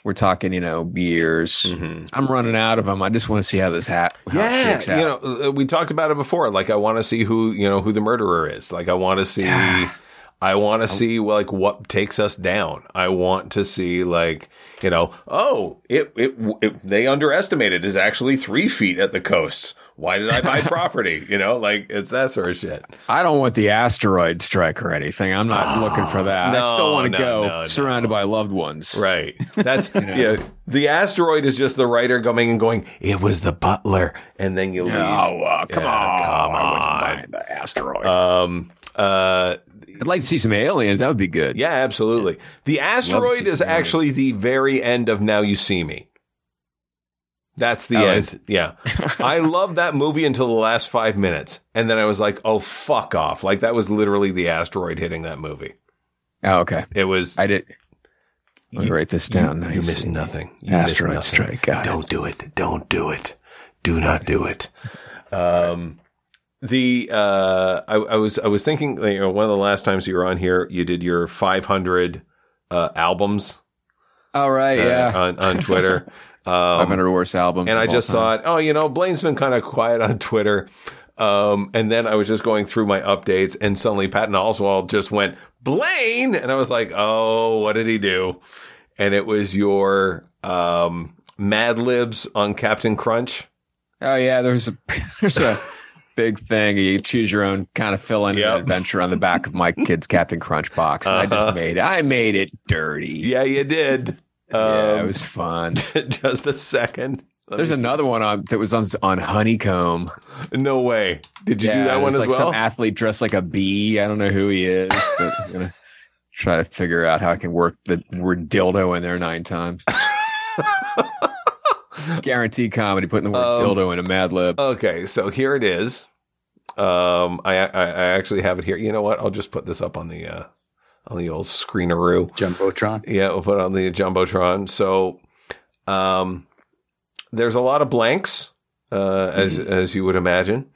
Speaker 3: we're talking you know years
Speaker 1: Mhm.
Speaker 3: i'm running out of them i just want to see how this hat how it
Speaker 1: yeah,
Speaker 3: shakes
Speaker 1: you
Speaker 3: out.
Speaker 1: know, uh, we talked about it before. Like, I want to see who you know who the murderer is. Like, I want to see,
Speaker 3: Yeah.
Speaker 1: I want to see like what takes us down. I want to see like you know, oh, it it, it they underestimated is actually three feet at the coast. Why did I buy property? You know, like it's that sort of shit.
Speaker 3: i don't want the asteroid strike or anything i'm not looking for that i
Speaker 1: Ah, no,
Speaker 3: still want
Speaker 1: no,
Speaker 3: to go
Speaker 1: no, no.
Speaker 3: surrounded by loved ones
Speaker 1: Right. That's yeah. The asteroid is just the writer coming and going. It was the butler, and then you leave.
Speaker 3: oh uh, come
Speaker 1: Yeah,
Speaker 3: on
Speaker 1: come
Speaker 3: I wasn't
Speaker 1: on.
Speaker 3: buying the asteroid
Speaker 1: Um. Uh.
Speaker 3: i'd like to see some aliens that would be good
Speaker 1: Yeah, absolutely. The asteroid
Speaker 3: see
Speaker 1: is
Speaker 3: some aliens.
Speaker 1: actually the very end of Now You See Me. That's the
Speaker 3: Oh, is
Speaker 1: end. Yeah. I loved that movie until the last five minutes. And then I was like, oh, fuck off. Like, that was literally the asteroid hitting that movie.
Speaker 3: oh, okay
Speaker 1: It was.
Speaker 3: i did let me
Speaker 1: You-
Speaker 3: write this
Speaker 1: you,
Speaker 3: down
Speaker 1: you
Speaker 3: Nice.
Speaker 1: missed nothing. You
Speaker 3: asteroid
Speaker 1: missed nothing.
Speaker 3: strike got it.
Speaker 1: Don't do it. Don't do it. Do not do it. Um, the uh, I, I was I was thinking you know, one of the last times you were on here, you did your 500 uh, albums
Speaker 3: all right
Speaker 1: uh,
Speaker 3: yeah
Speaker 1: on, on Twitter. Um,
Speaker 3: 500 worst albums
Speaker 1: and
Speaker 3: of
Speaker 1: I
Speaker 3: all
Speaker 1: just
Speaker 3: time.
Speaker 1: thought, oh, you know, Blaine's been kind of quiet on Twitter. Um, and then I was just going through my updates, and suddenly Patton Oswald just went Blaine, and I was like, oh, what did he do? And it was your um, Mad Libs on Captain Crunch.
Speaker 3: Oh yeah, there's a there's a big thing. You choose your own kind of fill in
Speaker 1: Yep.
Speaker 3: adventure on the back of my kid's Captain Crunch box. And I
Speaker 1: Uh-huh.
Speaker 3: just made it. I made it dirty.
Speaker 1: Yeah, you did.
Speaker 3: Yeah, it
Speaker 1: Um,
Speaker 3: was fun.
Speaker 1: just a second. Let
Speaker 3: There's
Speaker 1: me see.
Speaker 3: another one on that was on on honeycomb.
Speaker 1: No way. Did you
Speaker 3: Yeah,
Speaker 1: do that
Speaker 3: it
Speaker 1: one
Speaker 3: was
Speaker 1: as
Speaker 3: like
Speaker 1: well?
Speaker 3: Some athlete dressed like a bee. I don't know who he is, but I'm gonna try to figure out how I can work the word dildo in there nine times. Guaranteed comedy putting the word
Speaker 1: Um,
Speaker 3: dildo in a Mad Lib.
Speaker 1: Okay, so here it is. Um, I, I I actually have it here. You know what? I'll just put this up on the uh, on the old screeneroo.
Speaker 2: Jumbotron.
Speaker 1: Yeah, we'll put it on the jumbotron. So, um, there's a lot of blanks, uh, as as you would imagine.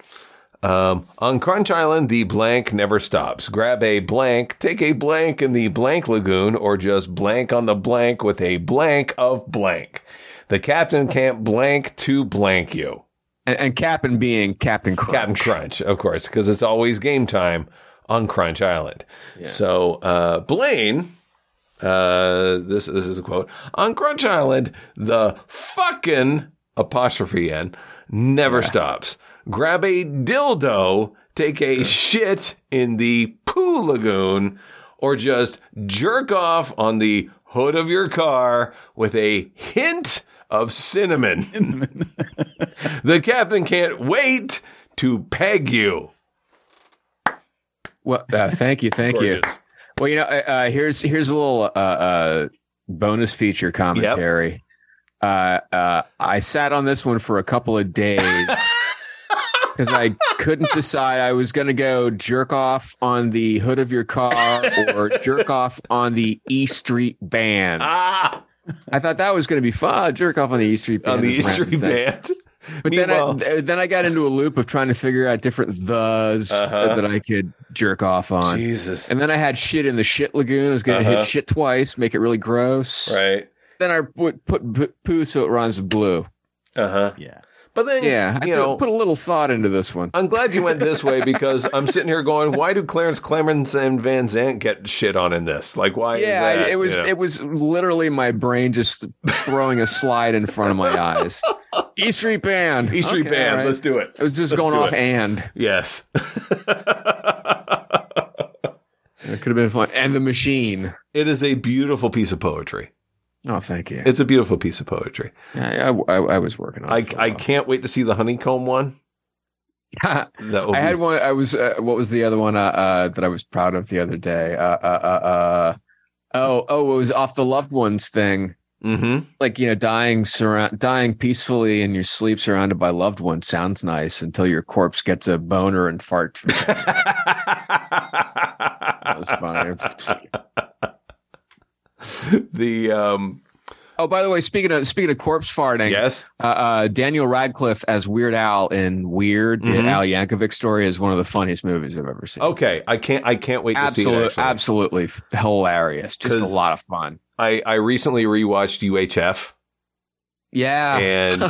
Speaker 1: Um, on Crunch Island, the blank never stops. Grab a blank, take a blank in the blank lagoon, or just blank on the blank with a blank of blank. The captain can't blank to blank you.
Speaker 3: And, and Captain being Captain Crunch.
Speaker 1: Captain Crunch, of course, because it's always game time on Crunch Island. So uh, Blaine, uh, this this is a quote on Crunch Island. The fucking apostrophe n never stops. Grab a dildo, take a shit in the poo lagoon, or just jerk off on the hood of your car with a hint of cinnamon. The captain can't wait to peg you.
Speaker 3: Well, uh, thank you, thank you.
Speaker 1: Gorgeous.
Speaker 3: Well, you know, uh, uh, here's here's a little uh, uh, bonus feature commentary. Uh, uh, I sat on this one for a couple of days because I couldn't decide. I was going to go jerk off on the hood of your car or jerk off on the E Street band.
Speaker 1: Ah,
Speaker 3: I thought that was going to be fun. Jerk off on the E Street band.
Speaker 1: on the
Speaker 3: is a random
Speaker 1: history
Speaker 3: thing.
Speaker 1: band.
Speaker 3: But then I,
Speaker 1: Meanwhile-
Speaker 3: th- then I got into a loop of trying to figure out different thes
Speaker 1: Uh-huh.
Speaker 3: that I could jerk off on.
Speaker 1: Jesus.
Speaker 3: And then I had shit in the shit lagoon. I was going to
Speaker 1: Uh-huh.
Speaker 3: hit shit twice, make it really gross.
Speaker 1: Right.
Speaker 3: Then I put, put, put poo so it runs blue.
Speaker 1: Uh huh.
Speaker 2: Yeah.
Speaker 1: But then,
Speaker 3: Yeah, I
Speaker 1: you
Speaker 3: put,
Speaker 1: know,
Speaker 3: put a little thought into this one.
Speaker 1: I'm glad you went this way because I'm sitting here going, why do Clarence Clemens and Van Zant get shit on in this? Like, why?
Speaker 3: yeah,
Speaker 1: is that?
Speaker 3: it was
Speaker 1: You know?
Speaker 3: it was literally my brain just throwing a slide in front of my eyes. E Street Band,
Speaker 1: E Street
Speaker 3: Okay,
Speaker 1: Band.
Speaker 3: all right.
Speaker 1: Let's do it.
Speaker 3: It was just
Speaker 1: let's
Speaker 3: going
Speaker 1: do
Speaker 3: off
Speaker 1: it.
Speaker 3: and
Speaker 1: Yes.
Speaker 3: it could have been fun. And the machine.
Speaker 1: it is a beautiful piece of poetry.
Speaker 3: Oh, thank you.
Speaker 1: It's a beautiful piece of poetry.
Speaker 3: I, I, I was working on. it
Speaker 1: I,
Speaker 3: for a
Speaker 1: I
Speaker 3: while.
Speaker 1: can't wait to see the honeycomb one. That will
Speaker 3: I
Speaker 1: be-
Speaker 3: had one. I was. Uh, what was the other one uh, uh, that I was proud of the other day? Uh, uh, uh, uh, oh, oh, it was off the loved ones thing.
Speaker 1: Mhm.
Speaker 3: Like you know, dying surround, dying peacefully in your sleep, surrounded by loved ones, sounds nice until your corpse gets a boner and farts. that
Speaker 1: Mm-hmm.
Speaker 3: was funny.
Speaker 1: the um
Speaker 3: oh, by the way, speaking of speaking of corpse farting,
Speaker 1: yes
Speaker 3: uh, uh, Daniel Radcliffe as Weird Al in Weird,
Speaker 1: Mhm.
Speaker 3: the Al Yankovic story, is one of the funniest movies I've ever seen.
Speaker 1: okay i can't i can't Oh, wait to see it
Speaker 3: absolutely,
Speaker 1: actually.
Speaker 3: absolutely f- hilarious. Just a
Speaker 1: 'Cause-
Speaker 3: lot of fun.
Speaker 1: i i recently rewatched uhf
Speaker 3: Yeah.
Speaker 1: and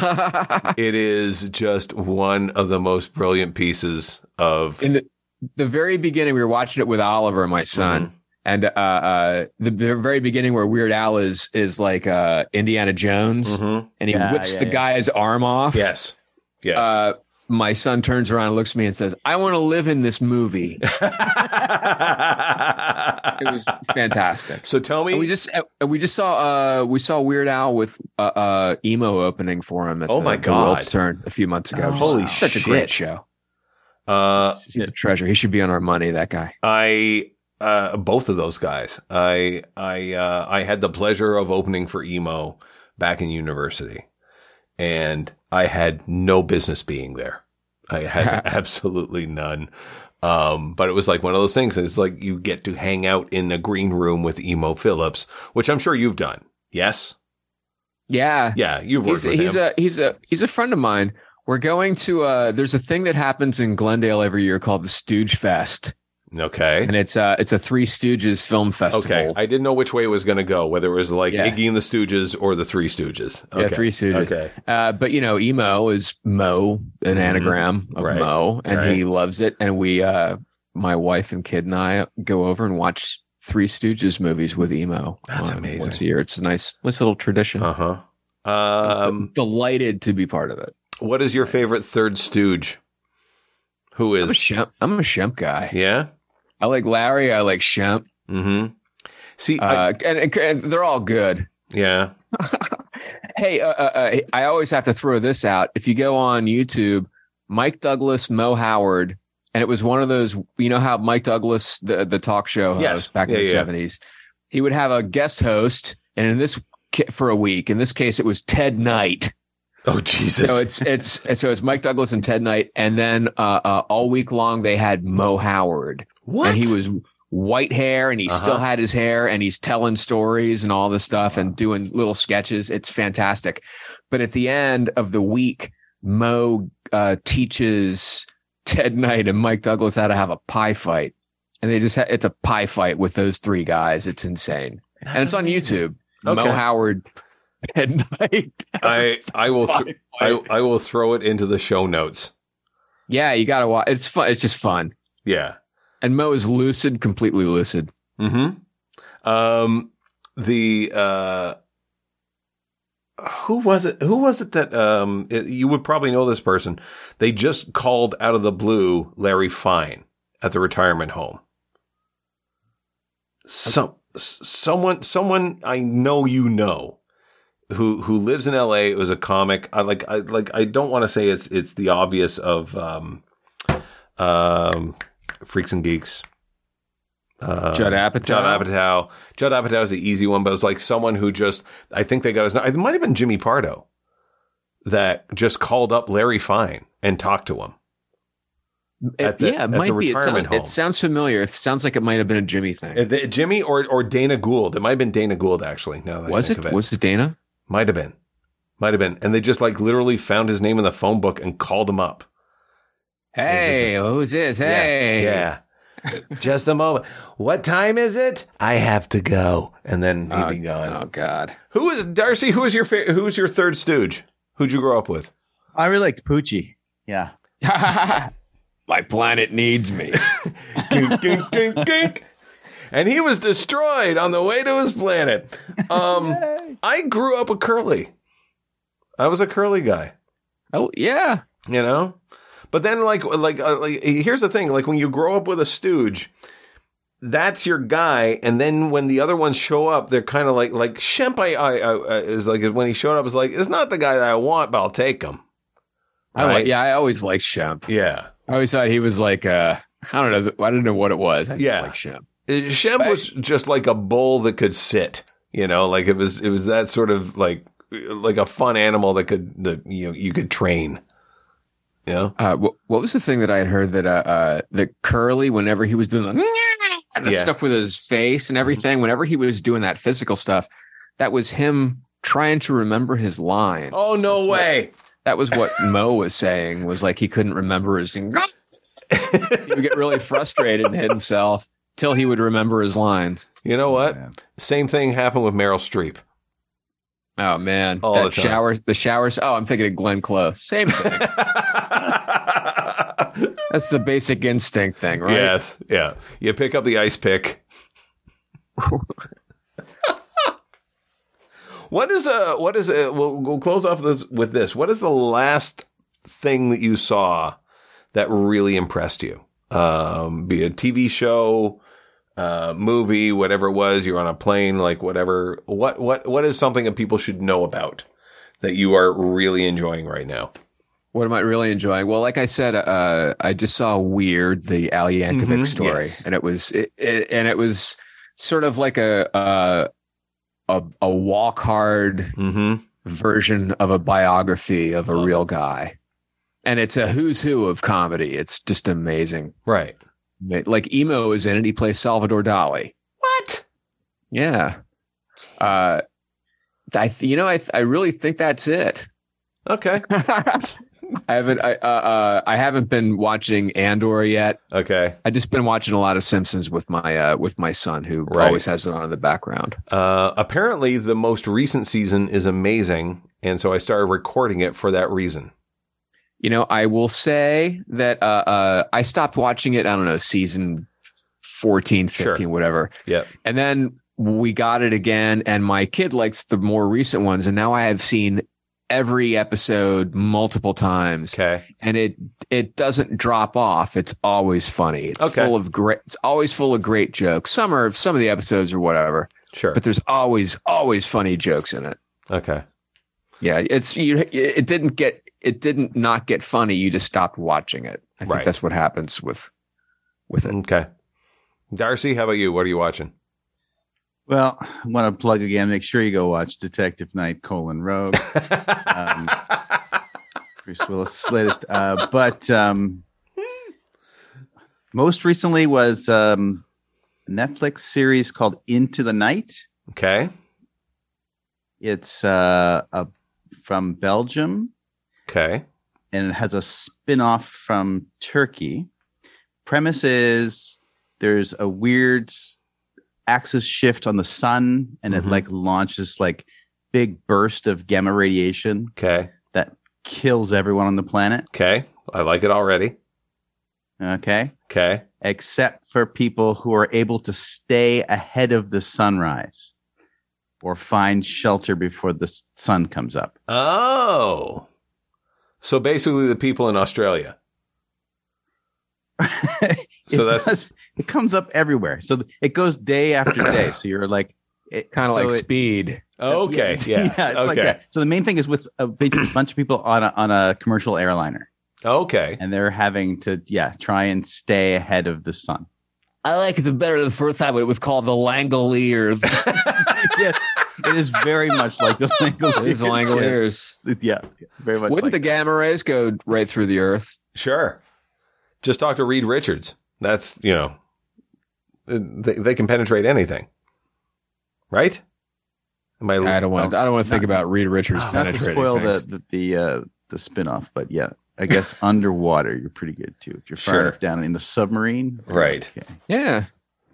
Speaker 1: it is just one of the most brilliant pieces of
Speaker 3: In the the very beginning, we were watching it with Oliver,
Speaker 1: Mm-hmm.
Speaker 3: my son, and uh, uh, the very beginning where Weird Al is is like uh, Indiana Jones,
Speaker 1: Mhm.
Speaker 3: and he
Speaker 2: Yeah,
Speaker 3: whips
Speaker 2: yeah,
Speaker 3: the
Speaker 2: yeah.
Speaker 3: guy's arm off.
Speaker 1: yes yes
Speaker 3: Uh, my son turns around, and looks at me, and says, "I want to live in this movie." It was fantastic.
Speaker 1: so tell
Speaker 3: And
Speaker 1: me
Speaker 3: we just uh, and we just saw uh, we saw Weird Al with uh, uh, emo opening for him. At
Speaker 1: Oh
Speaker 3: the,
Speaker 1: my
Speaker 3: the World's
Speaker 1: God.
Speaker 3: Turn a few months ago.
Speaker 2: Oh,
Speaker 3: Just
Speaker 1: holy
Speaker 3: such a
Speaker 1: shit.
Speaker 3: great show.
Speaker 1: uh
Speaker 3: He's a treasure. He should be on our money. That guy.
Speaker 1: I uh, both of those guys. I I uh, I had the pleasure of opening for emo back in university, and I had no business being there. I had absolutely none. Um, but it was like one of those things. It's like you get to hang out in a green room with emo Phillips, which I'm sure you've done. Yes,
Speaker 3: Yeah,
Speaker 1: yeah, you've worked
Speaker 3: he's,
Speaker 1: with
Speaker 3: he's
Speaker 1: him.
Speaker 3: a he's a he's a friend of mine. We're going to uh there's a thing that happens in Glendale every year called the Stooge Fest.
Speaker 1: okay,
Speaker 3: And it's uh it's a Three Stooges film festival.
Speaker 1: okay. I didn't know which way it was going to go, whether it was like
Speaker 3: Yeah.
Speaker 1: Iggy and the Stooges or the Three Stooges.
Speaker 3: Yeah, Three Stooges.
Speaker 1: Okay.
Speaker 3: Uh but you know, emo is Mo, an
Speaker 1: Mhm.
Speaker 3: anagram of
Speaker 1: Right.
Speaker 3: Mo, and he
Speaker 1: Right.
Speaker 3: loves it. And we uh my wife and kid and I go over and watch Three Stooges movies with emo.
Speaker 1: That's
Speaker 3: uh,
Speaker 1: amazing.
Speaker 3: Once a year. It's a nice nice little tradition.
Speaker 1: Uh huh. Um,
Speaker 3: Delighted to be part of it.
Speaker 1: What is your favorite third stooge? Who
Speaker 3: I'm a
Speaker 1: is?
Speaker 3: Shemp. I'm a Shemp guy.
Speaker 1: Yeah.
Speaker 3: I like Larry. I like Shemp.
Speaker 1: Mm-hmm. See, I,
Speaker 3: uh, and, and- and they're all good.
Speaker 1: yeah.
Speaker 3: Hey, uh, uh, uh, I always have to throw this out. If you go on YouTube, Mike Douglas, Mo Howard, and it was one of those. You know how Mike Douglas, the the talk show host
Speaker 1: Yes.
Speaker 3: back
Speaker 1: Yeah,
Speaker 3: in the
Speaker 1: yeah.
Speaker 3: seventies, he would have a guest host, and in this ca- for a week, in this case, it was Ted Knight.
Speaker 1: Oh Jesus.
Speaker 3: So it's it's and so it's Mike Douglas and Ted Knight, and then uh, uh, all week long they had Mo Howard,
Speaker 1: what?
Speaker 3: and he was white hair and he
Speaker 1: Uh-huh.
Speaker 3: still had his hair and he's telling stories and all this stuff and doing little sketches it's fantastic but at the end of the week mo uh, teaches Ted Knight and Mike Douglas had to have a pie fight, and they just ha- it's a pie fight with those three guys. It's insane, and it's on YouTube.
Speaker 1: Okay.
Speaker 3: Mo Howard, Ted Knight.
Speaker 1: I I will
Speaker 3: pie
Speaker 1: th- I,
Speaker 3: fight.
Speaker 1: I will throw it into the show notes.
Speaker 3: yeah, you gotta watch. It's fun. It's just fun.
Speaker 1: Yeah.
Speaker 3: And Mo is lucid, completely lucid.
Speaker 1: Hmm. Um. The uh. Who was it? Who was it that um? it- you would probably know this person. They just called out of the blue Larry Fine at the retirement home. Some s- someone someone I know you know who who lives in L.A. It was a comic. I like I like I don't want to say it's it's the obvious of um um freaks and geeks. Uh,
Speaker 3: Judd Apatow.
Speaker 1: Judd Apatow. Judd Apatow is the easy one, but it was like someone who just I think they got his. It might have been Jimmy Pardo that just called up Larry Fine and talked to him.
Speaker 3: It-
Speaker 1: at the-
Speaker 3: yeah, it
Speaker 1: at the
Speaker 3: might be. It
Speaker 1: retirement
Speaker 3: sounds,
Speaker 1: home.
Speaker 3: it sounds familiar. It sounds like it might have been a Jimmy thing.
Speaker 1: Uh, the- Jimmy or or Dana Gould. It might have been Dana Gould actually. Now that I
Speaker 3: was
Speaker 1: think
Speaker 3: it?
Speaker 1: of it
Speaker 3: Was it Dana?
Speaker 1: might have been, might have been, and they just like literally found his name in the phone book and called him up.
Speaker 3: Hey, who's this?
Speaker 1: Yeah,
Speaker 3: Hey,
Speaker 1: Yeah. Just a moment. What time is it? I have to go, and then he'd
Speaker 3: Oh,
Speaker 1: be gone.
Speaker 3: Oh God.
Speaker 1: Who is Darcy? Who is your fa- who's your third stooge? Who'd you grow up with?
Speaker 2: I really liked Poochie. Yeah.
Speaker 3: My planet needs me.
Speaker 1: Gink, gink, gink, gink. And he was destroyed on the way to his planet. Um, I grew up a curly. I was a curly guy,
Speaker 3: oh yeah.
Speaker 1: you know. But then, like, like, uh, like, here's the thing: like, when you grow up with a stooge, that's your guy. And then when the other ones show up, they're kind of like, like Shemp. I, I, I is like when he showed up, is like, it's not the guy that I want, but I'll take him.
Speaker 3: I
Speaker 1: Right.
Speaker 3: like, yeah, I always liked Shemp.
Speaker 1: Yeah,
Speaker 3: I always thought he was like uh I don't know I didn't know what it was. I
Speaker 1: Yeah.
Speaker 3: just like Shemp.
Speaker 1: Uh, Shemp was just like a bull that could sit. You know, like it was it was that sort of like like a fun animal that could that you know, you could train. You know?
Speaker 3: Uh, what, what was the thing that I had heard that uh, uh that Curly whenever he was doing the, and the
Speaker 1: Yeah. Mm-hmm.
Speaker 3: stuff with his face and everything, whenever he was doing that physical stuff, that was him trying to remember his line.
Speaker 1: Oh no way.
Speaker 3: That was what Mo was saying was like he couldn't remember his. He would get really frustrated and hit himself till he would remember his lines.
Speaker 1: You know what?
Speaker 2: Yeah.
Speaker 1: Same thing happened with Meryl Streep.
Speaker 3: Oh man,
Speaker 1: All
Speaker 3: that
Speaker 1: the time.
Speaker 3: shower, the showers. Oh, I'm thinking of Glenn Close. Same thing. That's the basic instinct thing, right?
Speaker 1: Yes. Yeah. You pick up the ice pick. what is uh what is uh, we'll, we'll close off this with this. What is the last thing that you saw that really impressed you? Um be it a TV show, uh movie, whatever it was, you're on a plane, like whatever. What what what is something that people should know about that you are really enjoying right now?
Speaker 3: What am I really enjoying? Well, like I said, uh, I just saw Weird, the Ali Yankovic
Speaker 1: Mhm,
Speaker 3: story,
Speaker 1: yes.
Speaker 3: and it was it, it, and it was sort of like a uh, a a walk hard
Speaker 1: Mhm.
Speaker 3: version of a biography of a
Speaker 1: Love
Speaker 3: real guy. And it's a who's who of comedy. It's just amazing.
Speaker 1: Right.
Speaker 3: Like Emo is in it. He plays Salvador Dali.
Speaker 1: What?
Speaker 3: Yeah. Uh, I th- you know I th- I really think that's it.
Speaker 1: Okay.
Speaker 3: I haven't I uh, uh, I haven't been watching Andor yet.
Speaker 1: Okay.
Speaker 3: I just been watching a lot of Simpsons with my uh, with my son who
Speaker 1: Right.
Speaker 3: always has it on in the background.
Speaker 1: Uh, apparently, the most recent season is amazing, and so I started recording it for that reason.
Speaker 3: You know, I will say that uh, uh, I stopped watching it, I don't know, season 14,
Speaker 1: Sure.
Speaker 3: 15, whatever.
Speaker 1: Yep.
Speaker 3: And then we got it again, and my kid likes the more recent ones. And now I have seen every episode multiple times,
Speaker 1: Okay.
Speaker 3: and it it doesn't drop off. It's always funny. It's
Speaker 1: Okay.
Speaker 3: full of great. It's always full of great jokes. Some are some of the episodes or whatever,
Speaker 1: Sure.
Speaker 3: but there's always always funny jokes in it.
Speaker 1: Okay.
Speaker 3: Yeah, it's you. It didn't get. It didn't not get funny. You just stopped watching it. I
Speaker 1: Right.
Speaker 3: think that's what happens with with it.
Speaker 1: Okay. Darcy, how about you? What are you watching?
Speaker 2: Well, I want to plug again. Make sure you go watch Detective Knight: Colon Rogue, Um, Bruce Willis' latest. Uh, but um, most recently was um, a Netflix series called Into the Night.
Speaker 1: okay.
Speaker 2: It's uh, a, from Belgium,
Speaker 1: Okay.
Speaker 2: and it has a spin-off from Turkey. Premise is there's a weird s- axis shift on the sun and
Speaker 1: Mhm.
Speaker 2: it like launches like big burst of gamma radiation
Speaker 1: Okay.
Speaker 2: that kills everyone on the planet,
Speaker 1: Okay. I like it already.
Speaker 2: okay?
Speaker 1: Okay.
Speaker 2: Except for people who are able to stay ahead of the sunrise or find shelter before the s- sun comes up.
Speaker 1: Oh. So basically, the people in Australia. So
Speaker 2: It
Speaker 1: that's
Speaker 2: does- it comes up everywhere. So th- it goes day after day. So you're like it,
Speaker 3: Kind of
Speaker 2: so
Speaker 3: like
Speaker 2: it-
Speaker 3: speed.
Speaker 1: okay. Yeah.
Speaker 2: yeah, it's
Speaker 1: okay.
Speaker 2: like that. So the main thing is with a big, bunch of people on a on a commercial airliner,
Speaker 1: Okay.
Speaker 2: and they're having to yeah try and stay ahead of the sun.
Speaker 3: I like the better the first time when it was called the Langoliers.
Speaker 2: yes, it is very much like the
Speaker 3: it
Speaker 2: Langoliers.
Speaker 3: is the Langoliers.
Speaker 2: Yes. Yeah, very much.
Speaker 3: Wouldn't
Speaker 2: like
Speaker 3: the
Speaker 2: that.
Speaker 3: gamma rays go right through the earth?
Speaker 1: Sure. Just talk to Reed Richards. That's, you know, they, they can penetrate anything. Right? Am I,
Speaker 3: I don't want. I don't want to think
Speaker 2: Not-
Speaker 3: about Reed Richards
Speaker 2: not to
Speaker 3: penetrating.
Speaker 2: spoil
Speaker 3: things.
Speaker 2: the the the, uh, the spinoff, but yeah, I guess underwater you're pretty good too if you're far
Speaker 1: Sure.
Speaker 2: enough down in the submarine.
Speaker 1: Right.
Speaker 2: Okay.
Speaker 3: yeah,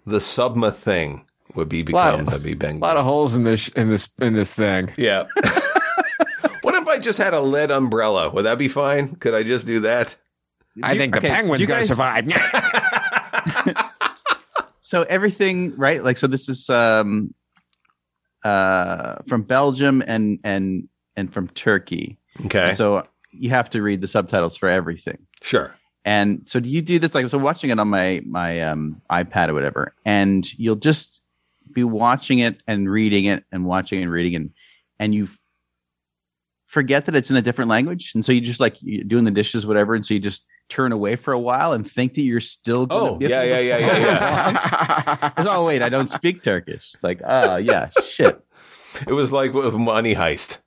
Speaker 1: the Subma thing would be
Speaker 3: Lot
Speaker 1: become
Speaker 3: of-
Speaker 1: the Be Bang.
Speaker 3: a lot of holes in this in this in this thing.
Speaker 1: yeah. what if I just had a lead umbrella? Would that be fine? Could I just do that?
Speaker 3: I
Speaker 2: You-
Speaker 3: think the
Speaker 2: okay, do
Speaker 3: penguin's
Speaker 2: you
Speaker 3: going
Speaker 2: guys-
Speaker 3: to survive.
Speaker 2: so everything right like so this is um uh from belgium and and and from turkey
Speaker 1: Okay.
Speaker 2: so you have to read the subtitles for everything
Speaker 1: sure.
Speaker 2: and so do you do this like so watching it on my my um ipad or whatever and you'll just be watching it and reading it and watching and reading and and you f- forget that it's in a different language and so you just like you're doing the dishes whatever and so you just turn away for a while and think that you're still gonna
Speaker 1: Oh,
Speaker 2: be able
Speaker 1: yeah,
Speaker 2: to
Speaker 1: yeah, yeah, yeah,
Speaker 2: follow
Speaker 1: yeah.
Speaker 2: along. It's, oh wait, I don't speak Turkish. Like, oh yeah, shit.
Speaker 1: It was like with Money Heist.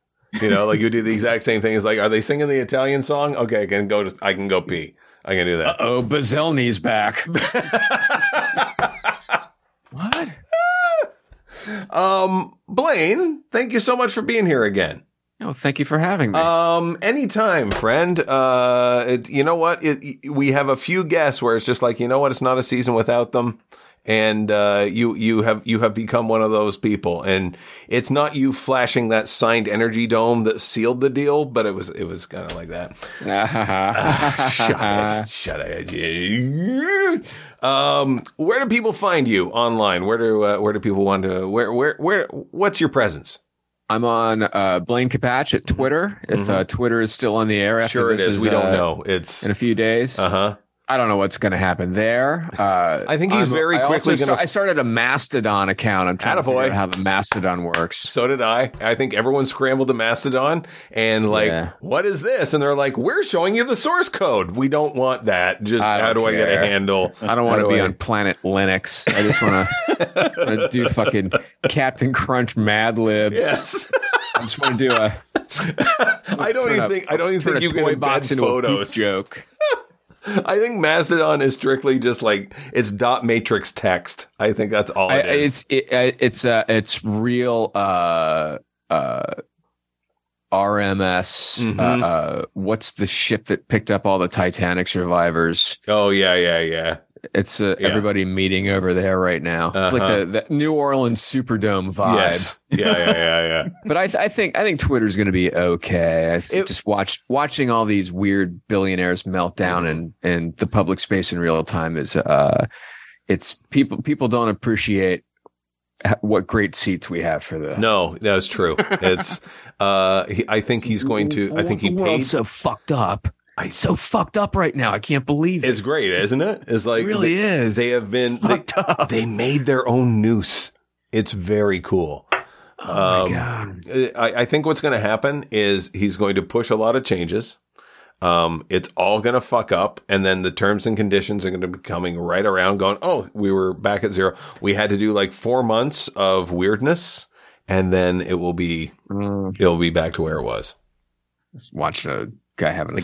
Speaker 1: You know, like you do the exact same thing. It's like, are they singing the Italian song? Okay, I can go. To, I can go pee. I can do
Speaker 3: Uh
Speaker 1: that.
Speaker 3: oh, Bazelny's back. what?
Speaker 1: um, Blaine, thank you so much for being here again.
Speaker 3: No, Oh, thank you for having me.
Speaker 1: Um, anytime, friend. Uh, it, you know what? It, it- we have a few guests where it's just like, you know what? It's not a season without them. And uh, you you have you have become one of those people, and it's not you flashing that signed energy dome that sealed the deal, but it was it was kind of like that. Ah, shut it! Shut it! Um, where do people find you online? Where do uh, where do people want to where where where? What's your presence?
Speaker 3: I'm on uh, Blaine Capatch at Twitter. If uh, Twitter is still on the air, after
Speaker 1: Mm-hmm. Sure, it
Speaker 3: this
Speaker 1: is. We don't
Speaker 3: uh,
Speaker 1: know. It's
Speaker 3: In a few days,
Speaker 1: uh huh.
Speaker 3: I don't know what's going to happen there. Uh,
Speaker 1: I think he's very
Speaker 3: also
Speaker 1: quickly
Speaker 3: sta-
Speaker 1: gonna-
Speaker 3: I started a Mastodon account. I'm trying
Speaker 1: Attaboy.
Speaker 3: to figure out how the Mastodon works.
Speaker 1: So did I. I think everyone scrambled to Mastodon and like,
Speaker 3: Yeah.
Speaker 1: what is this? And they're like, we're showing you the source code. We don't want that. Just
Speaker 3: I don't
Speaker 1: how do I get a
Speaker 3: care.
Speaker 1: handle?
Speaker 3: I don't want
Speaker 1: How
Speaker 3: to
Speaker 1: do
Speaker 3: be
Speaker 1: I-
Speaker 3: on Planet Linux. I just want to do fucking Captain Crunch Mad Libs.
Speaker 1: Yes,
Speaker 3: I just want to do a
Speaker 1: I don't
Speaker 3: turn
Speaker 1: even
Speaker 3: a-
Speaker 1: think I don't even
Speaker 3: turn
Speaker 1: think
Speaker 3: a
Speaker 1: you can
Speaker 3: toy
Speaker 1: embed
Speaker 3: box into a poop
Speaker 1: photos.
Speaker 3: joke.
Speaker 1: I think Mastodon is strictly just like it's dot matrix text. I think that's all
Speaker 3: I,
Speaker 1: it is.
Speaker 3: it's it, I- it's uh, it's real uh, uh, RMS.
Speaker 1: Mhm.
Speaker 3: Uh, uh, what's the ship that picked up all the Titanic survivors?
Speaker 1: oh yeah, yeah, yeah.
Speaker 3: It's uh,
Speaker 1: Yeah.
Speaker 3: everybody meeting over there right now. It's like
Speaker 1: Uh-huh.
Speaker 3: the, the New Orleans Superdome vibe.
Speaker 1: Yes, yeah, yeah, yeah, yeah.
Speaker 3: But I, th- I think I think Twitter's going to be okay. I th-
Speaker 1: It-
Speaker 3: just watch watching all these weird billionaires melt down in, in the public space in real time is uh, it's people people don't appreciate h- what great seats we have for this.
Speaker 1: No, that's true. It's. Uh, he, I think he's going to. I think he
Speaker 3: the world's
Speaker 1: paid.
Speaker 3: so fucked up.
Speaker 1: I-
Speaker 3: so fucked up right now. I can't believe it.
Speaker 1: It's great, isn't it? It's like
Speaker 3: it really is.
Speaker 1: They have been.
Speaker 3: It's
Speaker 1: They,
Speaker 3: fucked up.
Speaker 1: they made their own noose. It's very cool.
Speaker 3: oh
Speaker 1: um,
Speaker 3: my god.
Speaker 1: I, I think what's going to happen is he's going to push a lot of changes. Um, it's all going to fuck up, and then the terms and conditions are going to be coming right around. Going, oh, we were back at zero. We had to do like four months of weirdness, and then it will be
Speaker 3: Mm,
Speaker 1: it'll be back to where it was.
Speaker 3: just watch a guy having a
Speaker 2: Like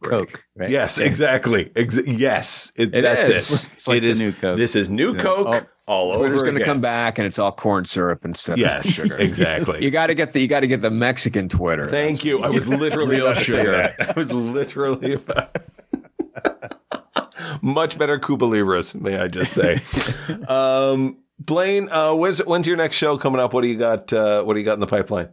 Speaker 2: classic
Speaker 3: break.
Speaker 2: Coke, right?
Speaker 1: Yes, exactly. Ex- yes, it,
Speaker 3: It
Speaker 1: that's
Speaker 3: is.
Speaker 1: it.
Speaker 2: It's like
Speaker 1: it
Speaker 2: the
Speaker 1: is.
Speaker 2: new Coke.
Speaker 1: This is new
Speaker 2: Yeah.
Speaker 1: Coke.
Speaker 2: Oh,
Speaker 1: all over.
Speaker 3: Twitter's going to
Speaker 1: again.
Speaker 3: come back, and it's all corn syrup instead of
Speaker 1: Yes,
Speaker 3: sugar.
Speaker 1: exactly.
Speaker 3: You got to get the you got to get the Mexican Twitter.
Speaker 1: Thank you. I was literally
Speaker 3: Real
Speaker 1: about to say
Speaker 3: sugar.
Speaker 1: that. I was literally about. Much better Cuba Libras, may I just say. um, Blaine, uh, when's, when's your next show coming up? What do you got? Uh, what do you got in the pipeline?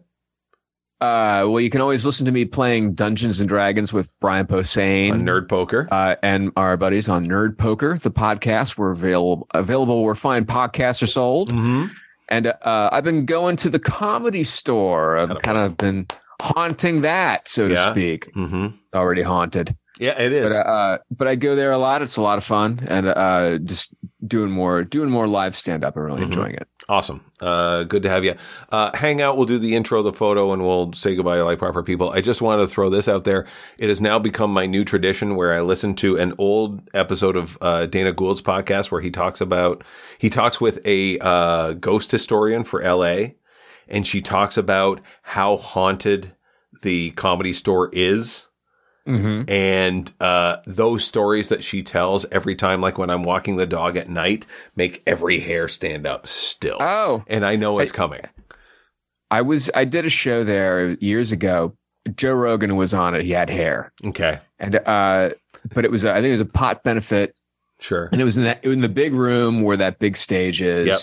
Speaker 3: Uh, well, you can always listen to me playing Dungeons and Dragons with Brian Posehn.
Speaker 1: On Nerd Poker.
Speaker 3: uh, and our buddies on Nerd Poker, the podcast. We're available available where fine podcasts are sold.
Speaker 1: Mhm.
Speaker 3: And uh, I've been going to the comedy store. I've kind of been haunting that, so to
Speaker 1: Yeah.
Speaker 3: speak.
Speaker 1: Mhm.
Speaker 3: Already haunted,
Speaker 1: Yeah, it
Speaker 3: but
Speaker 1: is.
Speaker 3: uh, but I go there a lot. It's a lot of fun, and uh, just doing more doing more live stand up. I'm really
Speaker 1: Mhm.
Speaker 3: enjoying it.
Speaker 1: Awesome. Uh, good to have you. Uh, hang out. We'll do the intro, the photo, and we'll say goodbye like proper people. I just wanted to throw this out there. It has now become my new tradition where I listen to an old episode of uh, Dana Gould's podcast where he talks about, he talks with a uh, ghost historian for LA, and she talks about how haunted the comedy store is
Speaker 3: Mm-hmm.
Speaker 1: and uh, those stories that she tells every time, like when I'm walking the dog at night, make every hair stand up still.
Speaker 3: Oh,
Speaker 1: and I know it's
Speaker 3: I-
Speaker 1: coming.
Speaker 3: I was I did a show there years ago. Joe Rogan was on it. He had hair,
Speaker 1: Okay,
Speaker 3: and uh, but it was a, I think it was a pot benefit
Speaker 1: sure.
Speaker 3: and it was in that in the big room where that big stage is.
Speaker 1: Yep.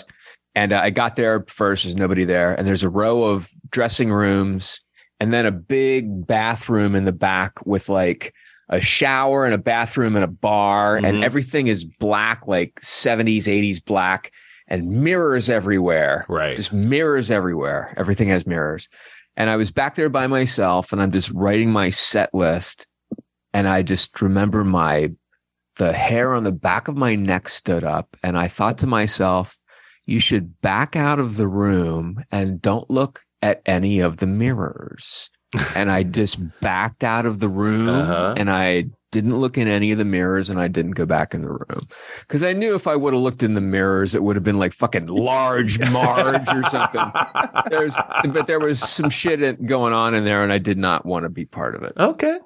Speaker 3: And uh, I got there first. There's nobody there, and there's a row of dressing rooms, and then a big bathroom in the back with like a shower and a bathroom and a bar,
Speaker 1: Mhm.
Speaker 3: and everything is black, like 70s, 80s black, and mirrors everywhere
Speaker 1: Right.
Speaker 3: just mirrors everywhere. Everything has mirrors. And I was back there by myself and I'm just writing my set list. And I just remember my, the hair on the back of my neck stood up. And I thought to myself, you should back out of the room and don't look at any of the mirrors. and I just backed out of the room
Speaker 1: Uh-huh.
Speaker 3: and I didn't look in any of the mirrors and I didn't go back in the room. Because I knew if I would have looked in the mirrors, it would have been like fucking large Marge or something. There's, but there was some shit in- going on in there, and I did not want to be part of it.
Speaker 1: okay.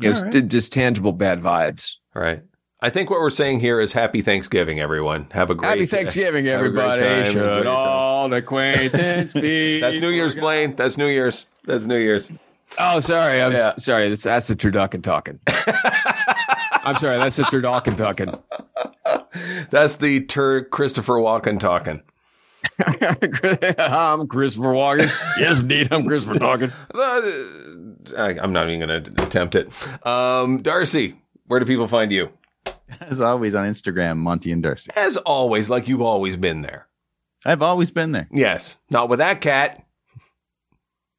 Speaker 3: It was
Speaker 1: Oh, All right.
Speaker 3: d- just tangible bad vibes.
Speaker 1: All right. I think what we're saying here is happy Thanksgiving, everyone. Have a great
Speaker 3: Happy Thanksgiving,
Speaker 1: Have a great
Speaker 3: everybody!
Speaker 1: time. Enjoy your
Speaker 3: Should
Speaker 1: time.
Speaker 3: all acquaintance be?
Speaker 1: That's New Year's, Blaine. That's New Year's. That's New Year's.
Speaker 3: Oh, sorry. I'm
Speaker 1: Yeah.
Speaker 3: sorry. That's, that's the turducken talking. I'm sorry. That's the turducken talking.
Speaker 1: That's the Tur Christopher Walken talking.
Speaker 3: I'm Christopher Walken. Yes, indeed. I'm Christopher talking.
Speaker 1: Uh, I, I'm not even going to attempt it. Um, Darcy, where do people find you?
Speaker 2: As always on Instagram, Monty and Darcy.
Speaker 1: As always, like you've always been there.
Speaker 2: I've always been there.
Speaker 1: Yes, not with that cat.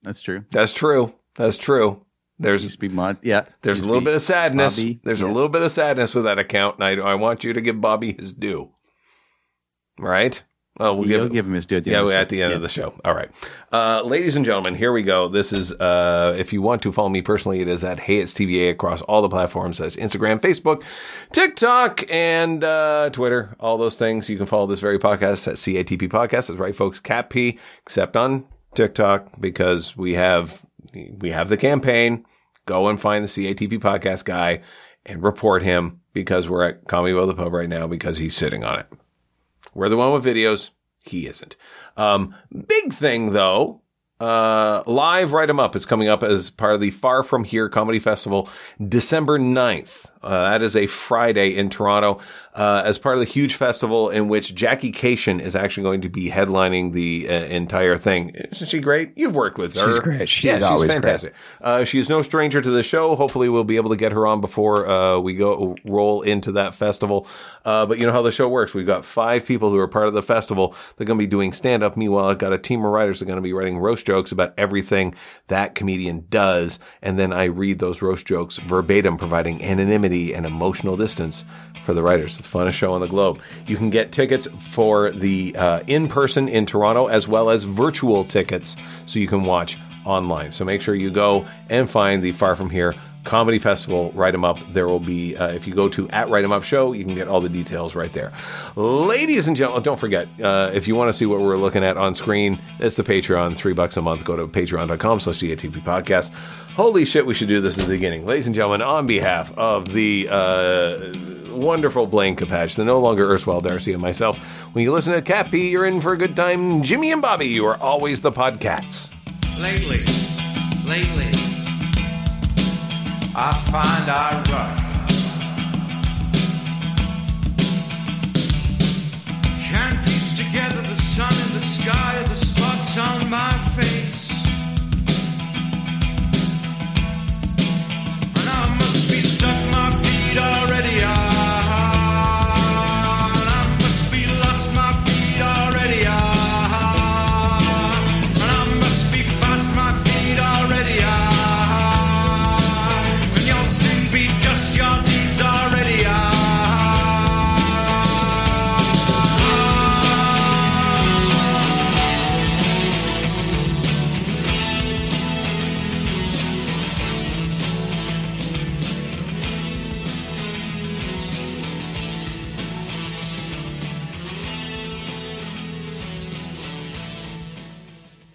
Speaker 2: That's true.
Speaker 1: That's true. That's true.
Speaker 2: Used
Speaker 1: There's
Speaker 2: to be Mon- Yeah.
Speaker 1: there's
Speaker 2: used
Speaker 1: a
Speaker 2: to
Speaker 1: little
Speaker 2: be
Speaker 1: bit of sadness.
Speaker 2: Bobby.
Speaker 1: There's a
Speaker 2: Yeah.
Speaker 1: little bit of sadness with that account, and I, I want you to give Bobby his due. Right? Well, we'll
Speaker 2: You'll
Speaker 1: give,
Speaker 2: give him his due.
Speaker 1: yeah, we're at the end of the show. All right, uh, ladies and gentlemen, here we go. This is uh, if you want to follow me personally, it is at Hey It's TVA across all the platforms. That's Instagram, Facebook, TikTok, and uh, Twitter. All those things. You can follow this very podcast at CATP Podcast. That's right, folks. Cat P, except on TikTok because we have we have the campaign. Go and find the CATP podcast guy and report him because we're at Comedy Bowl the Pub right now because he's sitting on it. We're the one with videos. He isn't. Um, big thing though, uh, live write 'em up is coming up as part of the Far From Here Comedy Festival, December 9th. Uh, that is a Friday in Toronto, uh, as part of the huge festival in which Jackie Cation is actually going to be headlining the uh, entire thing. Isn't she great? You've worked with her.
Speaker 3: She's great. She's
Speaker 1: yeah,
Speaker 3: always
Speaker 1: she's
Speaker 3: great.
Speaker 1: fantastic. Uh, she is no stranger to the show. Hopefully, we'll be able to get her on before uh, we go roll into that festival. Uh, but you know how the show works. We've got five people who are part of the festival. They're going to be doing stand up. Meanwhile, I've got a team of writers that are going to be writing roast jokes about everything that comedian does. And then I read those roast jokes verbatim, providing anonymity and emotional distance for the writers. It's the funnest show on the globe. You can get tickets for the uh, in person in Toronto as well as virtual tickets so you can watch online. So make sure you go and find the Far From Here Comedy Festival. Write them up. There will be, uh, if you go to at Write 'em Up Show, you can get all the details right there. Ladies and gentlemen, don't forget, uh, if you want to see what we're looking at on screen, it's the Patreon, three bucks a month. Go to patreon.com slash CATP podcast. Holy shit, we should do this at the beginning. Ladies and gentlemen, on behalf of the uh, wonderful Blaine Capatch, the no longer erstwhile Darcy and myself. When you listen to Cat P, you're in for a good time. Jimmy and Bobby, you are always the podcats.
Speaker 6: Lately, lately, I find I rush.
Speaker 5: Can't piece together the sun and the sky or the spots on my face. And I must be stuck, my feet already are. And I must be lost, my feet already are. And I must be fast, my feet already are. And you'll soon be dust, your